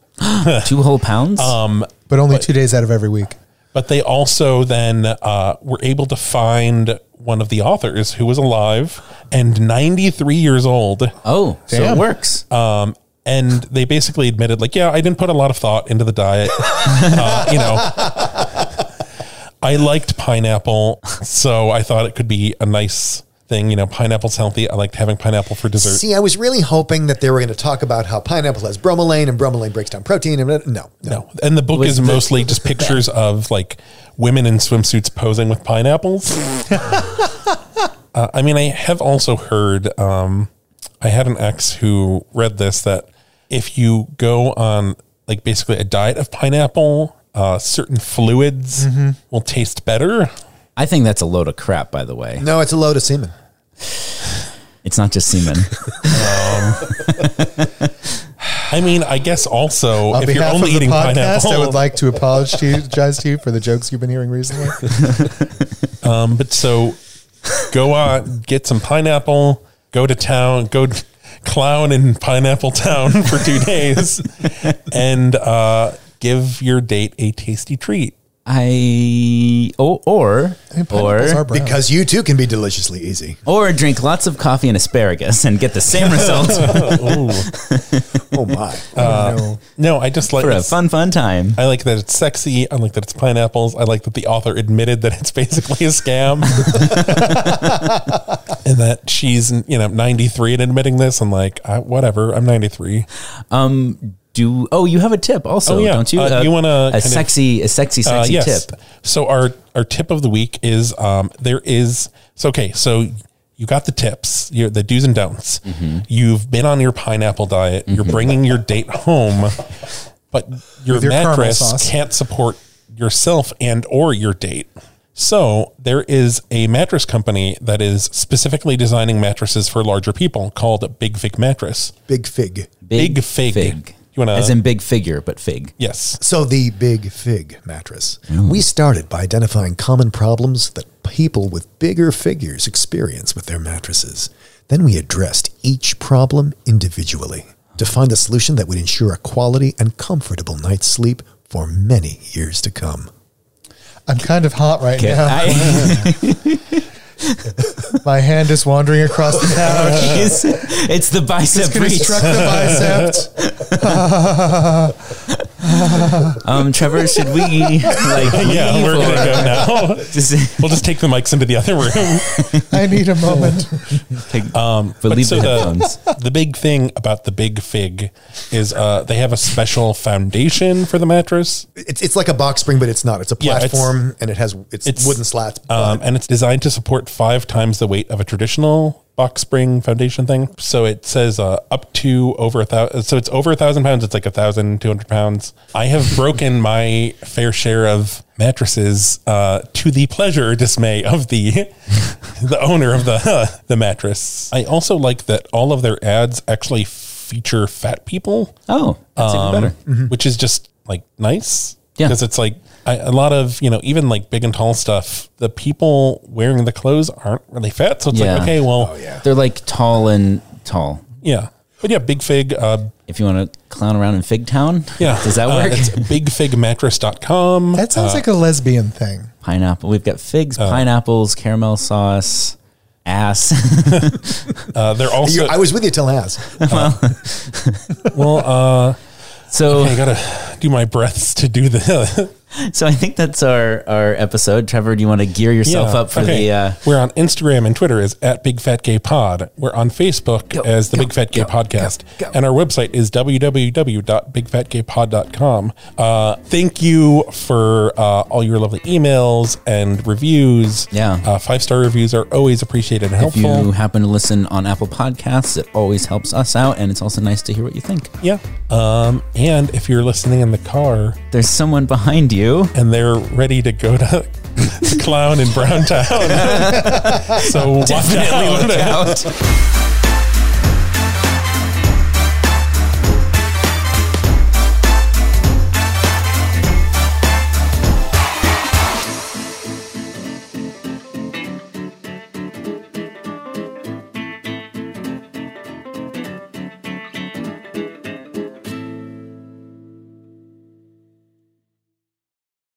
[SPEAKER 2] Two whole pounds?
[SPEAKER 3] Um,
[SPEAKER 4] but only two days out of every week.
[SPEAKER 3] but they also then uh, were able to find one of the authors who was alive and 93 years old
[SPEAKER 2] oh, so
[SPEAKER 4] Damn.
[SPEAKER 2] it works.
[SPEAKER 3] Um, and they basically admitted like yeah i didn't put a lot of thought into the diet uh, you know i liked pineapple so i thought it could be a nice thing you know pineapple's healthy i liked having pineapple for dessert
[SPEAKER 1] See, I was really hoping that they were going to talk about how pineapple has bromelain and bromelain breaks down protein. And no, no.
[SPEAKER 3] no and the book is mostly just pictures of like women in swimsuits posing with pineapples uh, i mean i have also heard um, i had an ex who read this that if you go on like basically a diet of pineapple uh, certain fluids will taste better
[SPEAKER 2] I think that's a load of crap, by the way.
[SPEAKER 1] No, it's a load of semen.
[SPEAKER 2] It's not just semen.
[SPEAKER 3] i mean i guess also
[SPEAKER 4] On
[SPEAKER 3] if you're
[SPEAKER 4] behalf
[SPEAKER 3] only
[SPEAKER 4] of the
[SPEAKER 3] eating
[SPEAKER 4] podcast,
[SPEAKER 3] pineapple
[SPEAKER 4] I would like to apologize to you for the jokes you've been
[SPEAKER 3] (laughs)
[SPEAKER 4] hearing recently.
[SPEAKER 3] Um, but so go on, get some pineapple, go to town, go d- clown in pineapple town (laughs) for two days, and uh, give your date a
[SPEAKER 2] (laughs)
[SPEAKER 3] tasty treat.
[SPEAKER 2] I oh, or
[SPEAKER 4] Pineapples are
[SPEAKER 2] or
[SPEAKER 4] brown.
[SPEAKER 1] Because you too can be deliciously easy.
[SPEAKER 2] or drink lots of coffee and asparagus and get the
[SPEAKER 3] (laughs)
[SPEAKER 2] same result
[SPEAKER 3] Ooh.
[SPEAKER 1] Oh, my.
[SPEAKER 4] no.
[SPEAKER 3] No, I just like
[SPEAKER 2] for a
[SPEAKER 3] it's-
[SPEAKER 2] fun fun time.
[SPEAKER 3] I like that it's sexy. I like that it's pineapples. I like that the author admitted that it's (laughs) basically a scam, (laughs) and that she's you know ninety three and admitting this. I'm like, I, whatever. I'm ninety three.
[SPEAKER 2] Um, do oh you have a tip also?
[SPEAKER 3] Oh, yeah.
[SPEAKER 2] don't you?
[SPEAKER 3] Uh, you wanna
[SPEAKER 2] a
[SPEAKER 3] kind of-
[SPEAKER 2] sexy a sexy
[SPEAKER 3] Uh,
[SPEAKER 2] sexy
[SPEAKER 3] yes.
[SPEAKER 2] tip?
[SPEAKER 3] So our our tip of the week is um, there is so okay. So you got the tips, your, the do's and don'ts. You've been on your pineapple diet. You're bringing your date home, but your,
[SPEAKER 4] your caramel
[SPEAKER 3] mattress
[SPEAKER 4] sauce.
[SPEAKER 3] can't support yourself and or your date. So there is a mattress company that is specifically designing mattresses for larger people called Big Fig Mattress.
[SPEAKER 1] Big fig.
[SPEAKER 3] Big fig. You
[SPEAKER 2] You
[SPEAKER 3] wanna-
[SPEAKER 2] wanna as in big figure, but fig.
[SPEAKER 3] Yes.
[SPEAKER 1] So, the big fig mattress.
[SPEAKER 3] Mm.
[SPEAKER 1] We started by identifying common problems that people with bigger figures experience with their mattresses. Then we addressed each problem individually to find a solution that would ensure a quality and comfortable night's sleep for many years to come.
[SPEAKER 4] I'm kind of hot right
[SPEAKER 2] Okay.
[SPEAKER 4] now.
[SPEAKER 2] (laughs) I-
[SPEAKER 4] My hand is wandering across (laughs) the
[SPEAKER 3] (laughs)
[SPEAKER 4] couch.
[SPEAKER 2] it's, it's the bicep
[SPEAKER 4] It's gonna
[SPEAKER 2] reach.
[SPEAKER 4] struck the bicep.
[SPEAKER 2] Um, Trevor, should (laughs) we like
[SPEAKER 3] Yeah,
[SPEAKER 2] leave
[SPEAKER 3] we're gonna
[SPEAKER 2] or
[SPEAKER 3] go now.
[SPEAKER 2] (laughs)
[SPEAKER 3] (laughs)
[SPEAKER 2] just
[SPEAKER 3] we'll just take the mics into the other room.
[SPEAKER 4] I need a (laughs) moment.
[SPEAKER 2] take, but leave
[SPEAKER 3] Um, so
[SPEAKER 2] the
[SPEAKER 3] the-
[SPEAKER 2] headphones?
[SPEAKER 3] (laughs) the big thing about the big fig is uh, they have a special foundation for the mattress
[SPEAKER 1] It's, it's like a box spring, but it's not. It's a
[SPEAKER 3] Yeah, it's-
[SPEAKER 1] platform and it has it's,
[SPEAKER 3] it's-
[SPEAKER 1] wooden slats.
[SPEAKER 3] um, and it's designed to support five times the weight of a traditional box spring foundation thing so it says uh, up to over a thousand so it's over a thousand pounds it's like a thousand two hundred pounds i have broken my fair share of mattresses uh, to the pleasure or dismay of the (laughs) the owner of the the (laughs) mattress i also like that all of their ads actually feature fat people
[SPEAKER 2] Oh, that's
[SPEAKER 3] Um,
[SPEAKER 2] even better.
[SPEAKER 1] Mm-hmm.
[SPEAKER 3] which is just like nice
[SPEAKER 2] Yeah.
[SPEAKER 3] because it's like I, a lot of you know even like big and tall stuff the people wearing the clothes aren't really fat so it's
[SPEAKER 2] Yeah.
[SPEAKER 3] like okay well
[SPEAKER 1] Oh, yeah.
[SPEAKER 2] They're like tall and tall.
[SPEAKER 3] yeah but yeah big fig uh
[SPEAKER 2] If you want to clown around in Fig Town,
[SPEAKER 3] yeah
[SPEAKER 2] does that
[SPEAKER 3] Uh,
[SPEAKER 2] work?
[SPEAKER 3] it's bigfigmattress.com
[SPEAKER 4] That sounds like a lesbian thing.
[SPEAKER 3] Uh.
[SPEAKER 2] pineapple. We've got figs, pineapples, caramel sauce. ass. (laughs)
[SPEAKER 3] Uh, they're also
[SPEAKER 1] You- I was with you till ass.
[SPEAKER 3] well. Uh,
[SPEAKER 2] So
[SPEAKER 3] I gotta do my breaths to do the.
[SPEAKER 2] so I think that's our our episode. Trevor, do you want to gear yourself
[SPEAKER 3] Yeah.
[SPEAKER 2] up for
[SPEAKER 3] Okay.
[SPEAKER 2] the? Uh,
[SPEAKER 3] We're on Instagram and Twitter as at Big Fat Gay Pod. We're on Facebook as the Big Fat Gay Podcast. And our website is www.bigfatgaypod.com. Uh, thank you for uh, all your lovely emails and reviews.
[SPEAKER 2] Yeah.
[SPEAKER 3] Uh, Five star reviews are always appreciated and
[SPEAKER 2] if you
[SPEAKER 3] helpful.
[SPEAKER 2] happen to listen on Apple Podcasts, it always helps us out, and it's also nice to hear what you think.
[SPEAKER 3] yeah. Um, and if you're listening in the car
[SPEAKER 2] There's someone behind you.
[SPEAKER 3] and they're ready to go to (laughs)
[SPEAKER 2] (laughs)
[SPEAKER 3] Clown in Brown Town, so watch out.
[SPEAKER 2] Definitely look out.